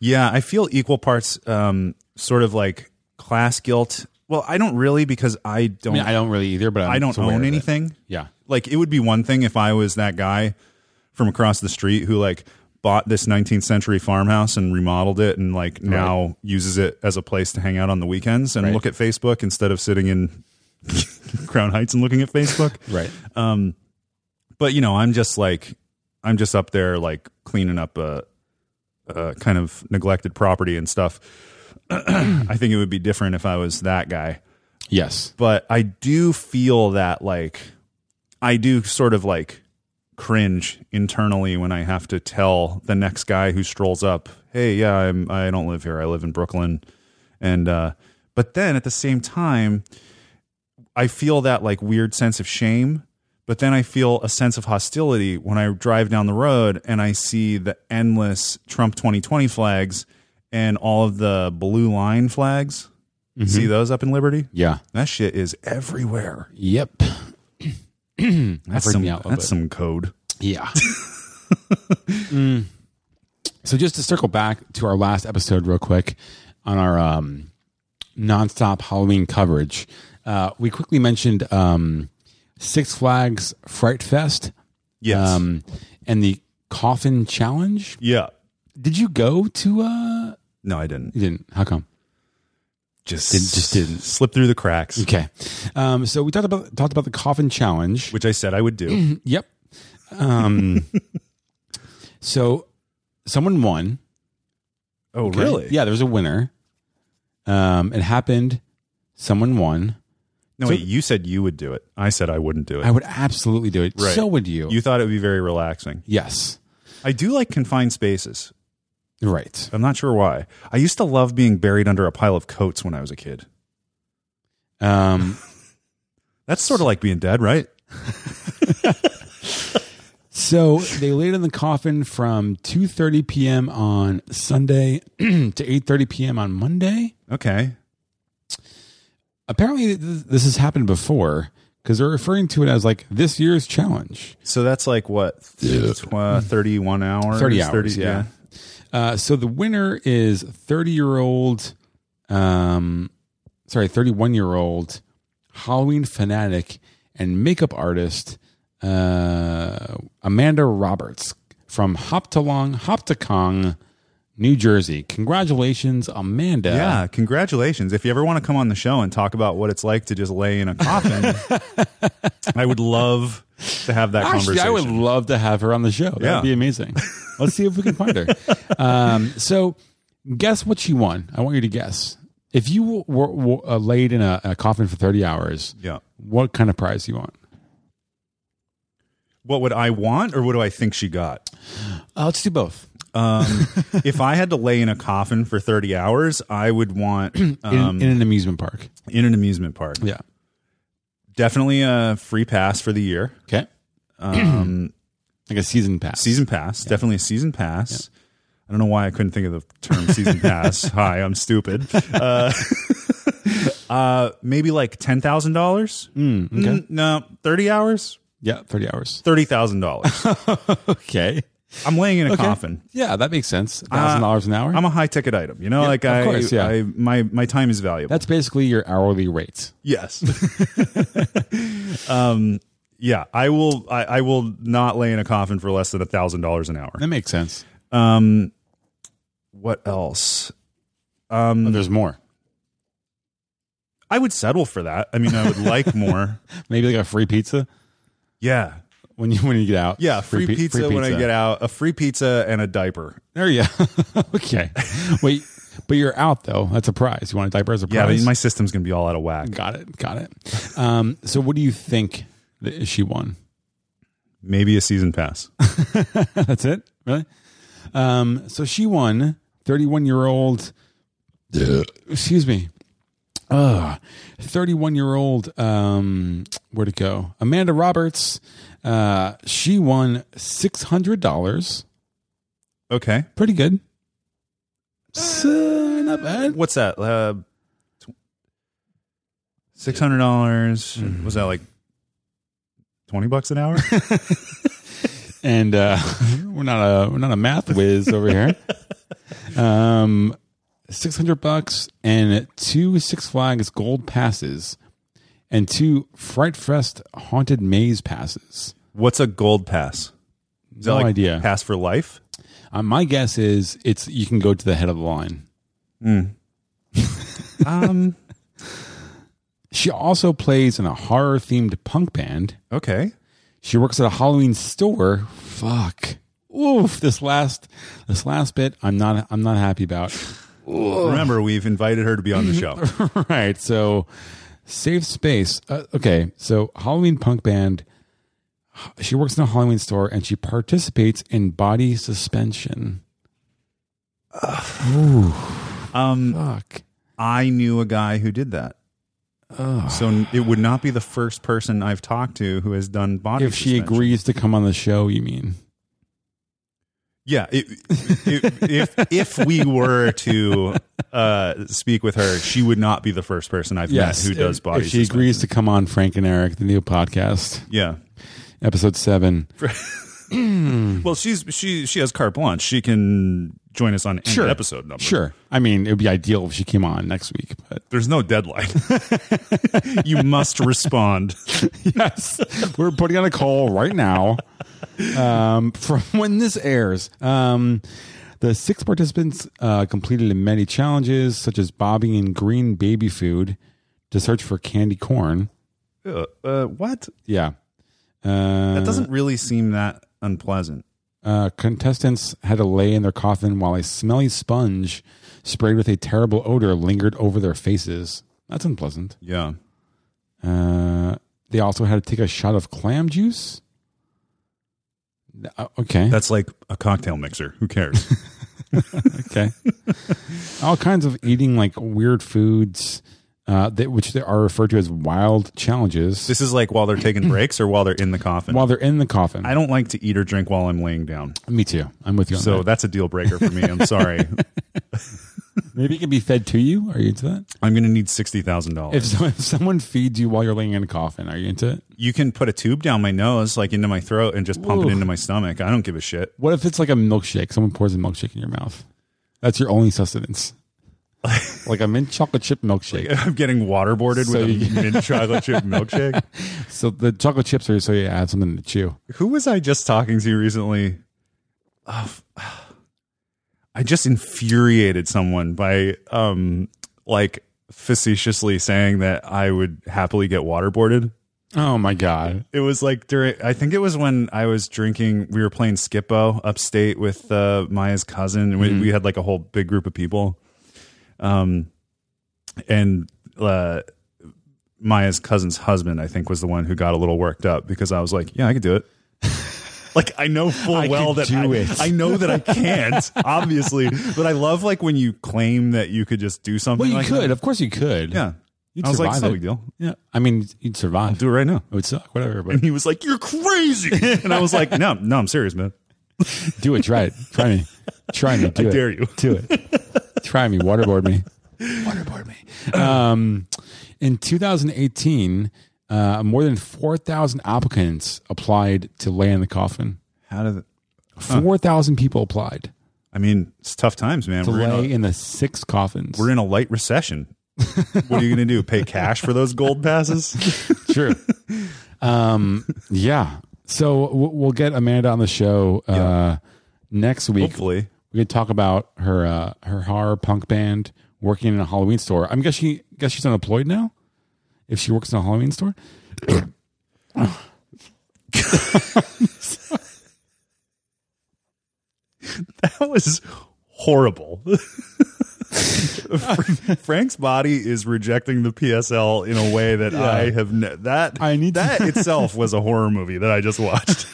Yeah, I feel equal parts um, sort of like class guilt. Well, I don't really because I
I
don't
mean, I don't really either, but I'm
I don't
just aware
own
of it.
anything.
Yeah,
like it would be one thing if I was that guy from across the street who like bought this 19th century farmhouse and remodeled it and like now uses it as a place to hang out on the weekends and
Right.
look at Facebook instead of sitting in Crown Heights and looking at Facebook.
right.
Um, But you know, I'm just like I'm just up there like cleaning up a, a kind of neglected property and stuff. I think it would be different if I was that guy
yes,
but I do feel that like I do sort of like cringe internally when I have to tell the next guy who strolls up, "Hey, yeah, I'm I don't live here. I live in Brooklyn." And uh but then at the same time I feel that like weird sense of shame, but then I feel a sense of hostility when I drive down the road and I see the endless Trump 2020 flags and all of the blue line flags.
Mm-hmm.
See those up in Liberty?
yeah,
That shit is everywhere.
yep.
That's
freaked
some,
me out a little
that's
bit.
some code.
Yeah. Mm. So just to circle back to our last episode real quick on our um, nonstop Halloween coverage, uh, we quickly mentioned um, Six Flags Fright Fest
Yes.
um, and the Coffin Challenge.
yeah.
Did you go to? Uh,
No, I didn't.
you didn't. How come?
Just
Didn't- just didn't.
slip through the cracks,
Okay. Um, so we talked about talked about the Coffin Challenge.
which I said I would do.
Yep. Um, so someone won.
oh,
Okay. Yeah, there was a winner. Um, it happened. Someone won.
No, wait, you said you would do it. I said I wouldn't do it.
I would absolutely do it.
Right.
So would you.
You thought it would be very relaxing.
yes.
I do like confined spaces.
Right.
I'm not sure why. I used to love being buried under a pile of coats when I was a kid.
Um,
That's sort of like being dead, right?
so they laid in the coffin from 2.30 p.m. on Sunday to 8.30 p.m. on Monday.
Okay.
Apparently th- this has happened before because they're referring to it as like this year's challenge.
So that's like what, th- tw- 31 hours?
30 hours, yeah. Uh, so the winner is 30 year old, um, sorry, 31 year old Halloween fanatic and makeup artist uh, Amanda Roberts from Hoptalong, Hoptakong, New Jersey. Congratulations, Amanda.
Yeah, congratulations. If you ever want to come on the show and talk about what it's like to just lay in a coffin, I would love to have that
Actually,
conversation.
I would love to have her on the show. That
Yeah.
would be amazing. Let's see if we can find her. Um, so, guess what she won? I want you to guess. If you were, were uh, laid in a, a coffin for 30 hours,
yeah.
what kind of prize do you want?
What would I want or what do I think she got?
Uh, let's do both.
Um, if I had to lay in a coffin for 30 hours, I would want
In,
um,
in an amusement park.
in an amusement park.
Yeah.
Definitely a free pass for the year.
Okay.
Um,
Like a season pass.
season pass, definitely a season pass. I don't know why I couldn't think of the term season pass. Hi, I'm stupid. Uh, uh, maybe like ten thousand dollars.
Hmm,
Mm, No, thirty hours,
Yeah, 30 hours.
thirty thousand dollars.
Okay.
I'm laying in a coffin.
Yeah, that makes sense. $1,000 an hour.
Uh, I'm a high ticket item. You know, like
of
I,
course, yeah.
I, my my time is valuable.
That's basically your hourly rate.
Yes. um, yeah, I will. I, I will not lay in a coffin for less than a thousand dollars an hour.
That makes sense.
Um, what else? Um,
But there's more.
I would settle for that. I mean, I would like more.
Maybe like a free pizza
Yeah,
when you when you get out.
yeah. Free,
pi-
pizza, when I get out. A free pizza and a diaper.
There you Okay. Wait, but you're out though. That's a prize. You want a diaper as a
Yeah, I
prize?
mean, my system's gonna be all out of whack.
got it. Got it. Um, so what do you think that she won?
Maybe a season pass.
That's it? Really? Um, so she won 31 year old, excuse me, 31 year old, um, where'd it go? Amanda Roberts. Uh, she won $600.
Okay,
Pretty good. So, not bad.
what's that? Uh, Six hundred dollars. Was that like twenty bucks an hour?
and uh, we're not a we're not a math whiz over here. Um, six hundred bucks and two Six Flags Gold passes, and two Fright Fest Haunted Maze passes.
What's a gold pass? Is
No
that like
idea.
Pass for life.
Uh, my guess is it's you can go to the head of the line.
Um.
She also plays in a horror themed punk band.
okay.
She works at a Halloween store. Fuck. Oof, this last this last bit I'm not I'm not happy about.
Remember, we've invited her to be on the show.
right. So safe space. Uh, okay. So Halloween punk band. She works in a Halloween store and she participates in body suspension.
Um,
Fuck.
I knew a guy who did that. So n- it would not be the first person I've talked to who has done body.
If she
suspension.
agrees to come on the show, you mean?
yeah. It, it, if if we were to uh, speak with her, she would not be the first person I've met who does
If-
body.
If she
suspension.
agrees to come on Frank and Eric, the new podcast,
yeah.
episode seven. Mm-hmm.
Well, she's she she has carte blanche. She can join us on any
Sure.
episode number.
Sure. I mean, it would be ideal if she came on next week, but
There's no deadline. you must respond.
yes, we're putting on a call right now um, from when this airs. Um, the six participants uh, completed many challenges, such as bobbing in green baby food to search for candy corn.
Uh, uh, what?
Yeah. Uh,
That doesn't really seem that unpleasant.
uh, contestants had to lay in their coffin while a smelly sponge sprayed with a terrible odor lingered over their faces. That's unpleasant.
Yeah.
Uh, they also had to take a shot of clam juice. Uh, Okay.
That's like a cocktail mixer. Who cares?
Okay. All kinds of eating like weird foods, uh, that, which they are referred to as wild challenges
this is like while they're taking breaks or while they're in the coffin.
while they're in the coffin.
I don't like to eat or drink while I'm laying down.
Me too. I'm with you on
So
that.
that's a deal breaker for me. I'm sorry.
Maybe it can be fed to you. Are you into that?
I'm going to need $60,000.
If, so, if someone feeds you while you're laying in a coffin, are you into it?
you can put a tube down my nose, like into my throat, and just pump
Ooh.
it into my stomach. I don't give a shit.
What if it's like a milkshake? Someone pours a milkshake in your mouth. That's your only sustenance. like a mint chocolate chip milkshake.
I'm getting waterboarded
So
with a
you-
mint chocolate chip milkshake.
So the chocolate chips are so you add something to chew.
Who was I just talking to recently? Oh, f- I just infuriated someone by um like facetiously saying that I would happily get waterboarded.
Oh my god!
It was like during I think it was when I was drinking we were playing Skippo upstate with uh Maya's cousin and
Mm-hmm.
we, we had like a whole big group of people. Um and uh Maya's cousin's husband, I think, was the one who got a little worked up because I was like, "Yeah, I could do it." like I know full
I
well
could
that
do
I,
it.
I know that I can't, obviously, but I love like when you claim that you could just do something.
Well, you
like
could,
that.
of course, you could.
yeah.
you'd
I was like,
survive
"It's no
it.
big deal.
Yeah, I mean, you'd survive.
Do it right now."
It would suck, whatever. But
And he was like, "You're crazy," and I was like, "No, no, I'm serious, man."
do it. Try it. Try me. Try me. Do
I
it.
dare you.
Do it. Try me. Waterboard me. Waterboard me. Um, in 2018, uh, more than 4,000 applicants applied to lay in the coffin.
How did?
4,000 people applied
I mean, it's tough times, man.
to
We're in,
lay
a,
in the six coffins.
we're in a light recession. what are you going to do? Pay cash for those gold passes?
True. um, yeah. So w- we'll get Amanda on the show uh, next week.
Hopefully,
we could talk about her uh, her horror punk band working in a Halloween store. I'm guess she guess she's unemployed now. If she works in a Halloween store,
that was horrible. Fra- Frank's body is rejecting the PSL in a way that I have ne- that
I need to-
that itself was a horror movie that I just watched.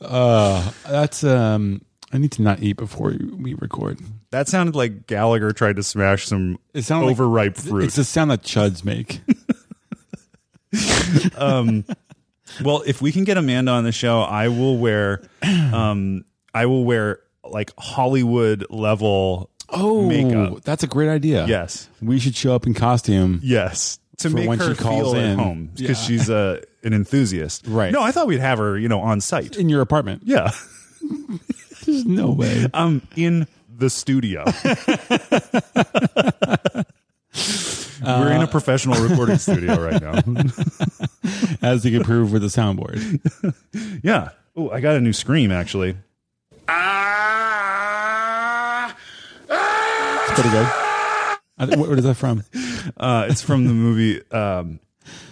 uh, that's um. I need to not eat before we record.
That sounded like Gallagher tried to smash some
It sounded like-
overripe fruit.
It's the sound that chuds make.
Well, if we can get Amanda on the show, I will wear um I will wear like Hollywood level
Oh,
Makeup.
that's a great idea.
Yes.
we should show up in costume.
Yes. To
For
make
when
her
she calls
feel
in.
at home because
Yeah.
she's a an enthusiast.
Right.
No, I thought we'd have her, you know, on site.
In your apartment,
Yeah.
there's no way.
Um in the studio. We're in a professional recording studio right now.
As you can prove with the soundboard.
Yeah. Oh, I got a new scream actually.
Ah!
It's pretty good. I th- What, what is that from?
Uh, it's from the movie um,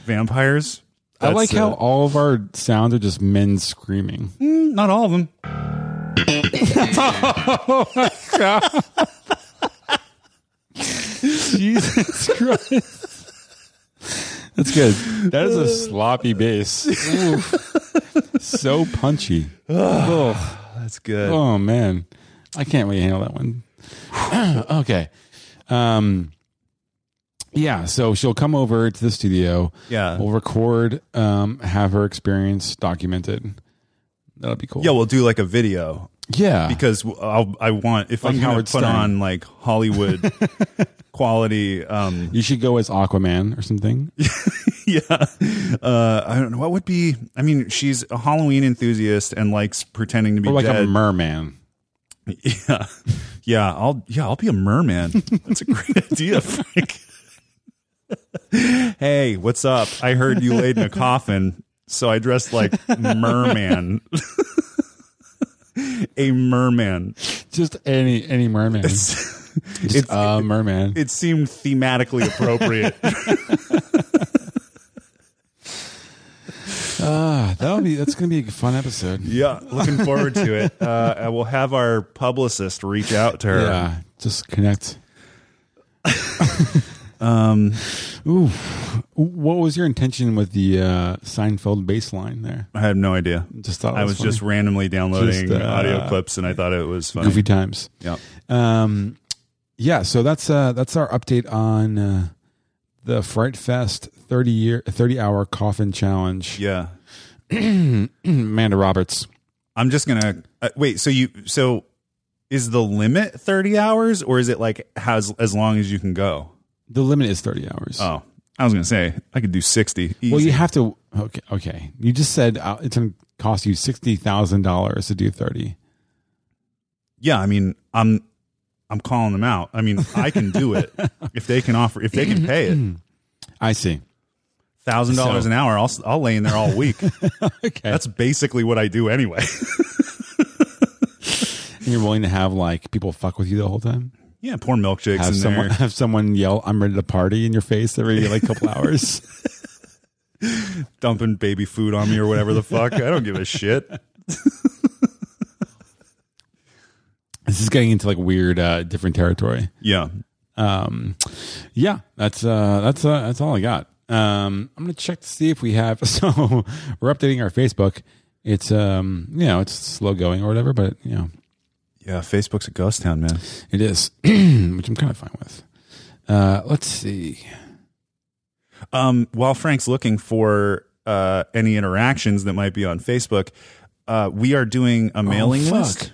Vampires.
I
That's,
like how
uh,
all of our sounds are just men screaming.
Not all of them.
Jesus Christ. That's good. That is a sloppy bass. so punchy. Ugh.
That's good.
Oh man. I can't really handle that one. okay. Um yeah, so she'll come over to the studio.
Yeah.
We'll record, um, have her experience documented. That'll be cool.
yeah, we'll do like a video
yeah.
because I'll, I want if
Like
I'm going to
Howard
put
Stern.
on like Hollywood quality. Um,
you should go as Aquaman or something.
yeah, uh, I don't know what would be. I mean, she's a Halloween enthusiast and likes pretending to be
Or like
dead.
a merman.
yeah, yeah. I'll yeah, I'll be a merman. That's a great idea, Frank. hey, what's up? I heard you laid in a coffin, so I dressed like merman. a merman.
Just any any merman. Just
it's-
a merman.
it seemed thematically appropriate.
Ah, that'll be that's gonna be a fun episode.
yeah, looking forward to it. Uh, I will have our publicist reach out to her.
Yeah, just connect.
Um,
Ooh, what was your intention with the uh, Seinfeld bass line there?
I have no idea.
Just thought it
I
was
was just
funny.
randomly downloading
Just, uh,
audio clips, and I thought it was funny.
Goofy times.
Yeah.
Um, yeah, so that's uh, that's our update on uh, the Fright Fest thirty year thirty hour coffin challenge.
Yeah.
Amanda Roberts.
I'm just gonna uh, wait. So you so is the limit 30 hours, or is it like as as long as you can go?
The limit is thirty hours.
Oh, I was gonna say I could do 60. Easy.
well, you have to. Okay, okay. You just said uh, it's going to cost you sixty thousand dollars to do thirty.
yeah. I mean, I'm I'm calling them out. I mean, I can do it if they can offer if they can pay it
I see.
thousand dollars an hour. I'll s- I'll lay in there all week.
Okay,
That's basically what I do anyway.
And you're willing to have like people fuck with you the whole time.
yeah, pour milkshakes in
Have someone
there.
have someone yell, "I'm ready to party" in your face every like couple hours.
dumping baby food on me or whatever the fuck. I don't give a shit.
This is getting into like weird, uh, different territory.
Yeah.
Um, yeah, that's uh, that's uh, that's all I got. Um, I'm gonna check to see if we have. So we're updating our Facebook. It's um, you know, it's slow going or whatever, but you know,
Yeah, Facebook's a ghost town, man.
It is, which I'm kind of fine with. Uh, let's see.
Um, while Frank's looking for uh, any interactions that might be on Facebook, uh, we are doing a mailing
Oh, fuck.
list.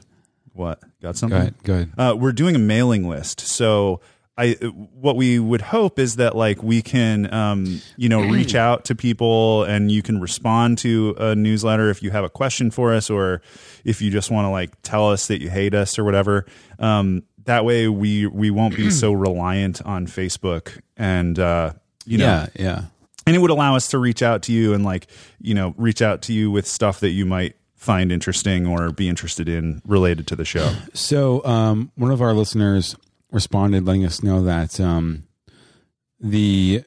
What? Got something?
Go ahead. Go ahead.
Uh, we're doing a mailing list. So I, what we would hope is that like we can, um, you know, reach out to people and you can respond to a newsletter if you have a question for us or if you just want to like tell us that you hate us or whatever. Um, that way we we won't be so reliant on Facebook and uh, you know
yeah, yeah.
and it would allow us to reach out to you and like you know reach out to you with stuff that you might find interesting or be interested in related to the show
So, um, one of our listeners responded, letting us know that um, the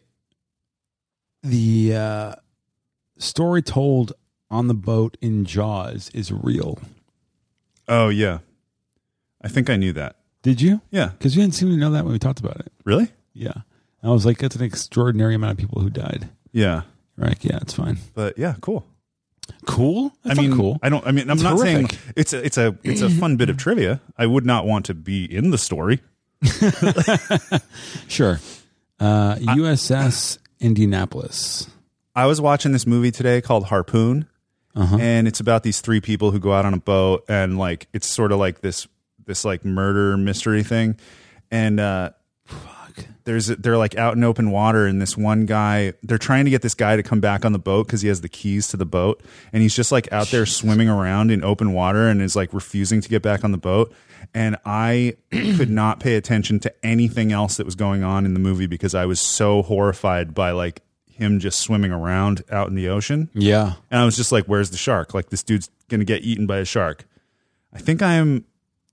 the uh, story told on the boat in Jaws is real.
oh yeah i think i knew that
Did you?
yeah
Because you didn't seem to know that when we talked about it.
really
Yeah, I was like, that's an extraordinary amount of people who died.
yeah
Right? Yeah, it's fine.
but yeah cool
Cool. That's
i mean
not cool.
i don't i mean i'm
It's
not
horrific.
saying it's a it's a it's a fun bit of trivia i would not want to be in the story
Sure. Uh, USS Indianapolis.
i was watching this movie today called harpoon and it's about these three people who go out on a boat and like it's sort of like this this like murder mystery thing and uh
Fuck.
there's they're like out in open water and this one guy they're trying to get this guy to come back on the boat because he has the keys to the boat and he's just like out there swimming around in open water and is like refusing to get back on the boat and i could not pay attention to anything else that was going on in the movie because i was so horrified by like him just swimming around out in the ocean
Yeah.
and i was just like where's the shark like this dude's gonna get eaten by a shark i think i'm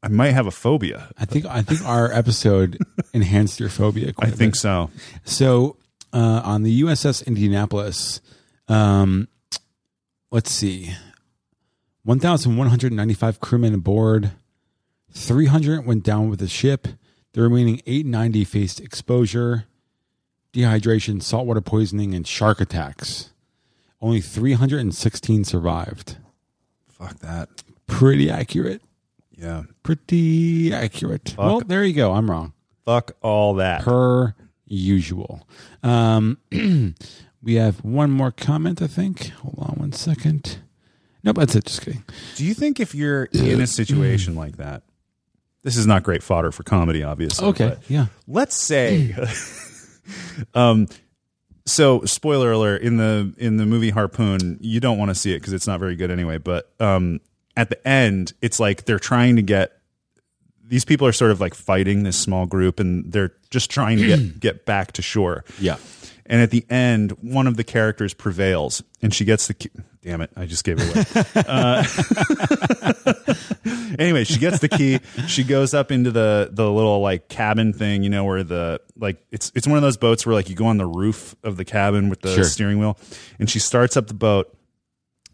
i might have a phobia
I think I think our episode enhanced your phobia. Quite
i
a bit.
think so
so. Uh, on the USS Indianapolis, um, let's see, one thousand one hundred ninety-five crewmen aboard. Three hundred went down with the ship. The remaining eight ninety faced exposure, dehydration, saltwater poisoning, and shark attacks. Only three hundred and sixteen survived.
fuck that
Pretty accurate.
yeah
pretty accurate. Well, there you go. I'm wrong.
Fuck all that.
Per usual. Um, we have one more comment, I think. Hold on one second. Nope, that's it. Just kidding.
Do you think if you're in a situation like that, this is not great fodder for comedy, obviously.
Okay.
but
Yeah.
Let's say, um, so spoiler alert in the in the movie Harpoon, you don't want to see it because it's not very good anyway. But um, at the end, it's like they're trying to get these people are sort of like fighting this small group, and they're just trying to get get back to shore.
Yeah.
And at the end, one of the characters prevails, and she gets the. key- Damn it! I just gave it away. uh, anyway, she gets the key. She goes up into the the little like cabin thing, you know, where the like it's it's one of those boats where like you go on the roof of the cabin with the
Sure.
steering wheel, and she starts up the boat,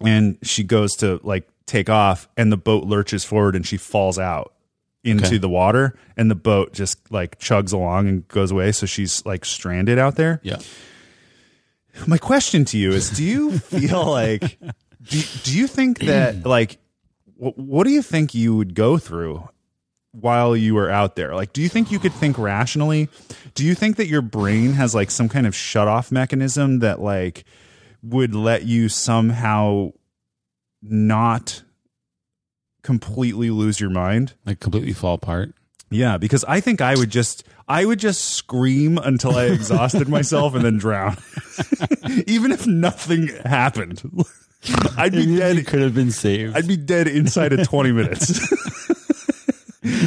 and she goes to like take off, and the boat lurches forward, and she falls out into
Okay.
the water and the boat just like chugs along and goes away so she's like stranded out there
Yeah.
my question to you is do you feel like do, do you think that like wh- what do you think you would go through while you were out there like do you think you could think rationally do you think that your brain has like some kind of shut off mechanism that like would let you somehow not completely lose your mind
Like completely fall apart.
yeah because i think i would just i would just scream until i exhausted myself and then drown even if nothing happened i'd be dead
could have been saved.
I'd be dead inside of 20 minutes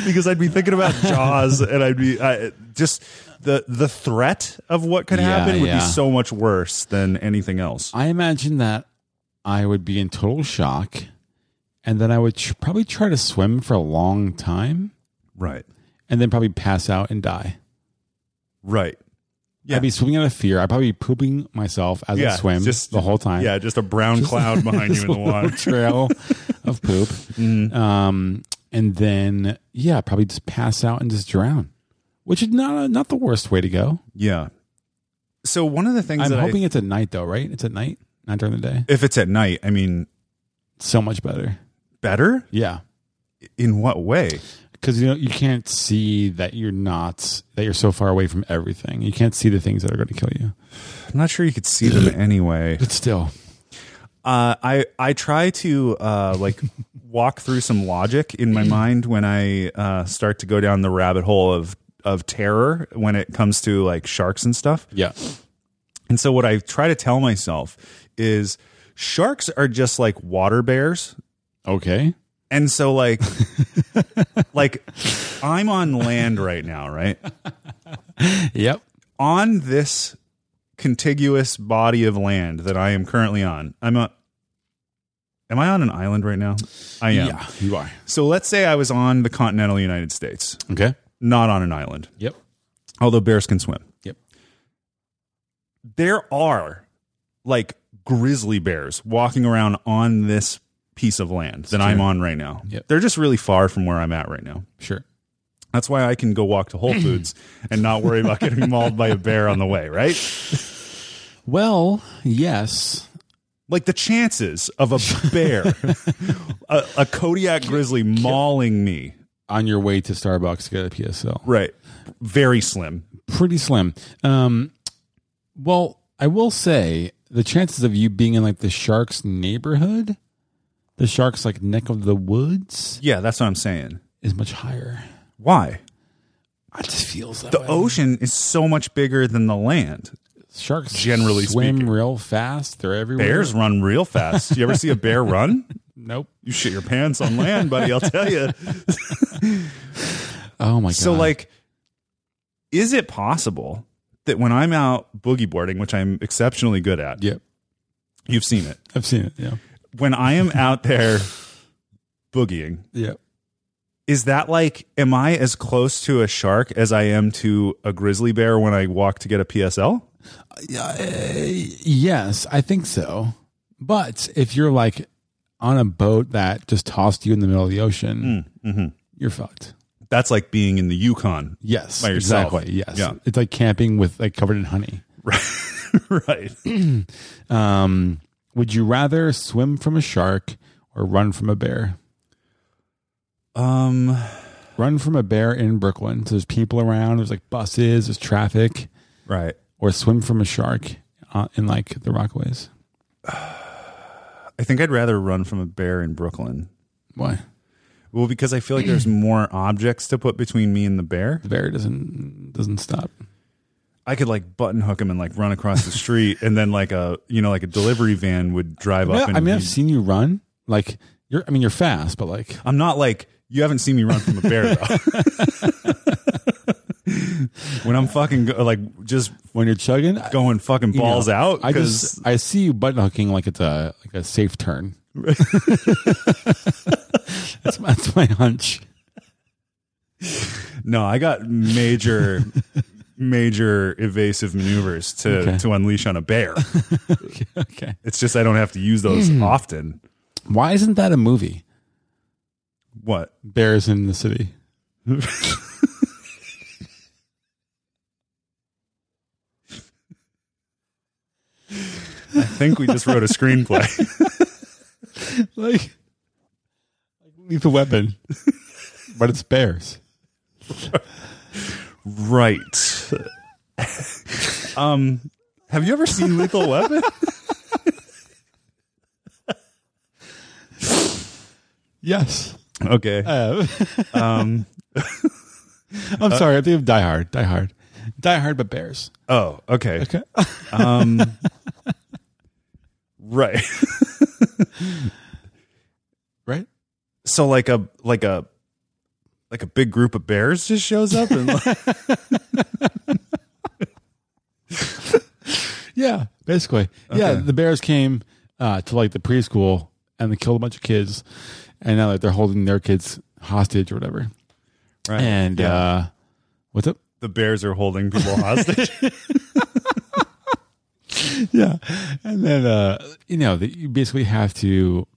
because I'd be thinking about Jaws and I'd be I, just the the threat of what could
Yeah,
happen would
yeah.
be so much worse than anything else.
I imagine that I would be in total shock, and then I would tr- probably try to swim for a long time,
Right.
and then probably pass out and die.
Right. Yeah.
I'd be swimming out of fear. I'd probably be pooping myself as I swim the whole time.
Yeah, just a brown cloud behind you in the water. Mm,
trail of poop. Um, and then yeah, probably just pass out and just drown, which is not not the worst way to go.
Yeah. So one of the things
I'm
that I-
hoping it's at night though, right? It's at night, not during the day.
if it's at night, I mean,
So much better.
better
Yeah,
in what way?
because you know you can't see that you're not that you're so far away from everything. You can't see the things that are going to kill you.
I'm not sure you could see them anyway.
But still,
uh, I I try to uh, like walk through some logic in my mind when I uh, start to go down the rabbit hole of of terror when it comes to like sharks and stuff.
yeah,
And so what I try to tell myself is sharks are just like water bears.
okay,
And so like like I'm on land right now, right?
yep,
on this contiguous body of land that I am currently on, I'm a. Am I on an island right now? I am.
yeah, you are
So let's say I was on the continental United States,
okay,
not on an island,
yep,
although bears can swim.
yep,
There are like grizzly bears walking around on this piece of land that I'm on right now.
Yep.
They're just really far from where I'm at right now.
sure,
That's why I can go walk to Whole Foods and not worry about getting mauled by a bear on the way, right?
well, yes,
like the chances of a bear, a, a Kodiak grizzly mauling me,
on your way to Starbucks to get a PSL.
right? Very slim.
pretty slim. Um, well, I will say the chances of you being in like the shark's neighborhood, the shark's like neck of the woods,
Yeah, that's what I'm saying.
is much higher.
Why?
It just feels that
The
way.
ocean is so much bigger than the land.
sharks
generally
swim
speaking.
real fast. They're everywhere.
Bears run real fast. You ever see a bear run?
Nope.
You shit your pants on land, buddy. I'll tell you.
Oh my god.
So, like, is it possible that when I'm out boogie boarding, which I'm exceptionally good at,
yep,
you've seen it.
I've seen it. Yeah,
When I am out there boogieing,
yeah.
is that like am i as close to a shark as i am to a grizzly bear when i walk to get a psl
Yes, I think so. But if you're like on a boat that just tossed you in the middle of the
Mm.
ocean, you're fucked.
mm-hmm. that's like being in the yukon
Yes,
By yourself.
exactly. Yes,
Yeah.
it's like camping with like covered in honey.
right
Um, would you rather swim from a shark or run from a bear?
um
Run from a bear in Brooklyn. So there's people around. There's like buses. There's traffic.
right
Or swim from a shark uh, in like the Rockaways.
i think i'd rather run from a bear in brooklyn
Why?
well because i feel like there's more objects to put between me and the bear
The bear doesn't doesn't stop.
i could like button hook him and like run across the street and then like a you know like a delivery van would drive
Yeah,
up and
I mean, I've
be-
seen you run. Like you're. I mean, you're fast, but like
i'm not like you haven't seen me run from a bear though when i'm fucking go- like just
when you're chugging, I-
going fucking
you know,
balls out
I
because
just I see you button hooking like it's a like a safe turn. that's, my, that's my hunch.
no, I got major, major evasive maneuvers to
Okay.
to unleash on a bear.
Okay.
It's just I don't have to use those
Hmm.
often.
Why isn't that a movie?
What?
Bears in the City.
I think we just wrote a screenplay.
like, like lethal weapon, but it's bears.
right. um, have you ever seen Lethal Weapon?
Yes.
Okay.
Uh,
Um,
I'm
Uh,
sorry. I think of Die Hard. Die Hard. Die Hard, but bears.
oh, okay.
Okay.
Um, right.
Right?
So like a like a like a big group of bears just shows up and like,
Yeah, basically. Yeah, the bears came uh, to like the preschool and they killed a bunch of kids, and now like they're holding their kids hostage or whatever.
right.
And uh, what's up?
the bears are holding people hostage.
Yeah, and then uh, you know that you basically have to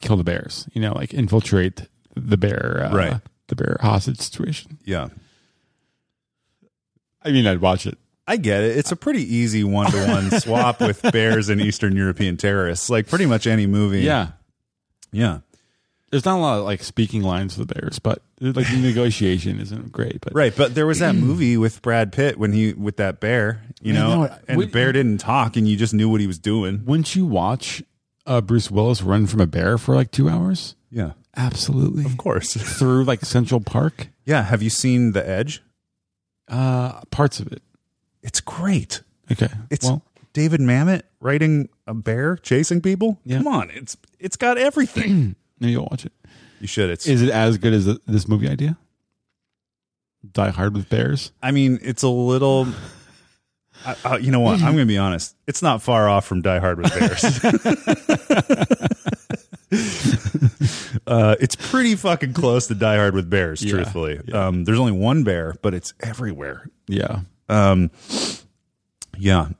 kill the bears. You know, like infiltrate the bear, uh,
Right.
The bear hostage situation.
yeah.
I mean, I'd watch it.
I get it. It's a pretty easy one to one swap with bears and Eastern European terrorists. Like pretty much any movie.
Yeah,
Yeah.
there's not a lot of like speaking lines for the bears, but like the negotiation isn't great. But
Right. But there was that movie with Brad Pitt when he with that bear, you
Man,
know,
no,
and
we-
the bear didn't talk and you just knew what he was doing.
wouldn't you watch uh, Bruce Willis run from a bear for like two hours?
Yeah.
Absolutely.
Of course.
Through like Central Park,
Yeah. Have you seen The Edge?
uh, parts of it.
It's great.
Okay.
It's
well,
David Mamet writing a bear chasing people.
Yeah.
Come on. It's it's got everything.
maybe I'll watch it.
you should. It's
Is it as good as th- this movie idea? Die Hard with bears.
I mean, it's a little. I, I, you know what? I'm going to be honest. It's not far off from Die Hard with Bears. uh, it's pretty fucking close to Die Hard with Bears, truthfully. Um, there's only one bear, but it's everywhere.
Yeah.
Um, yeah,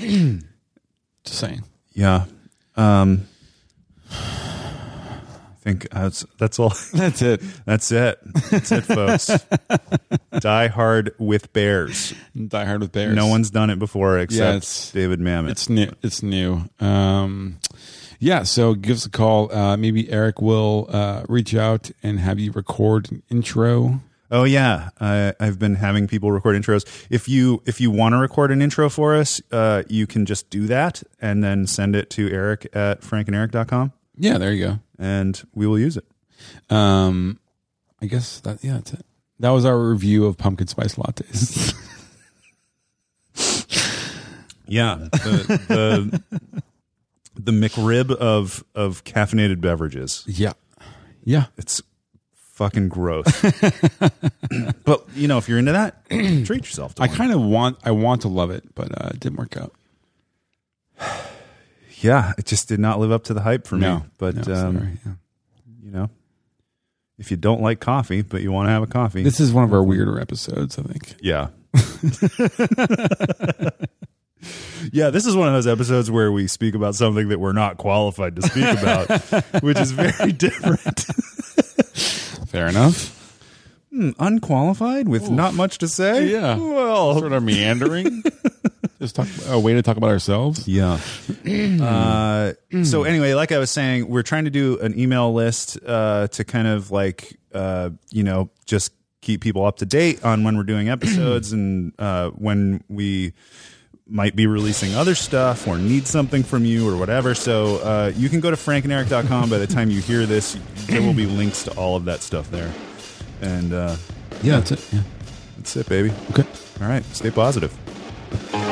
Just saying.
yeah. Um, I think that's that's all.
That's it.
That's it. That's it, folks. Die Hard with Bears.
Die Hard with bears.
No one's done it before
Yeah,
except
it's-
David Mamet.
It's new. It's new. Um, yeah. So give us a call. Uh, maybe Eric will uh, reach out and have you record an intro.
oh yeah, I, I've been having people record intros. If you if you want to record an intro for us, uh, you can just do that and then send it to Eric at frankanderic.com
Yeah. There you go.
and we will use it.
Um, I guess that yeah, that's it. That was our review of pumpkin spice lattes.
Yeah, the the, the McRib of of caffeinated beverages.
yeah, yeah,
It's fucking gross. but you know, if you're into that, treat yourself. To
I
one.
kind of want I want to love it, but uh, it didn't work out.
yeah, it just did not live up to the hype for me.
No,
But
no,
um,
sorry, yeah.
you know if you don't like coffee but you want to have a coffee
this is one of our weirder episodes, I think.
yeah yeah this is one of those episodes where we speak about something that we're not qualified to speak about which is very different
Fair enough.
Hmm, unqualified with not much to say
Yeah.
well
sort of meandering. Just talk a way to talk about ourselves.
Yeah. uh, so anyway, like I was saying, we're trying to do an email list uh, to kind of like uh, you know just keep people up to date on when we're doing episodes and uh, when we might be releasing other stuff or need something from you or whatever. So uh, you can go to frankanderic.com. By the time you hear this, there will be links to all of that stuff there. And uh,
Yeah, that's it. Yeah.
that's it, baby.
Okay.
All right. Stay positive.
I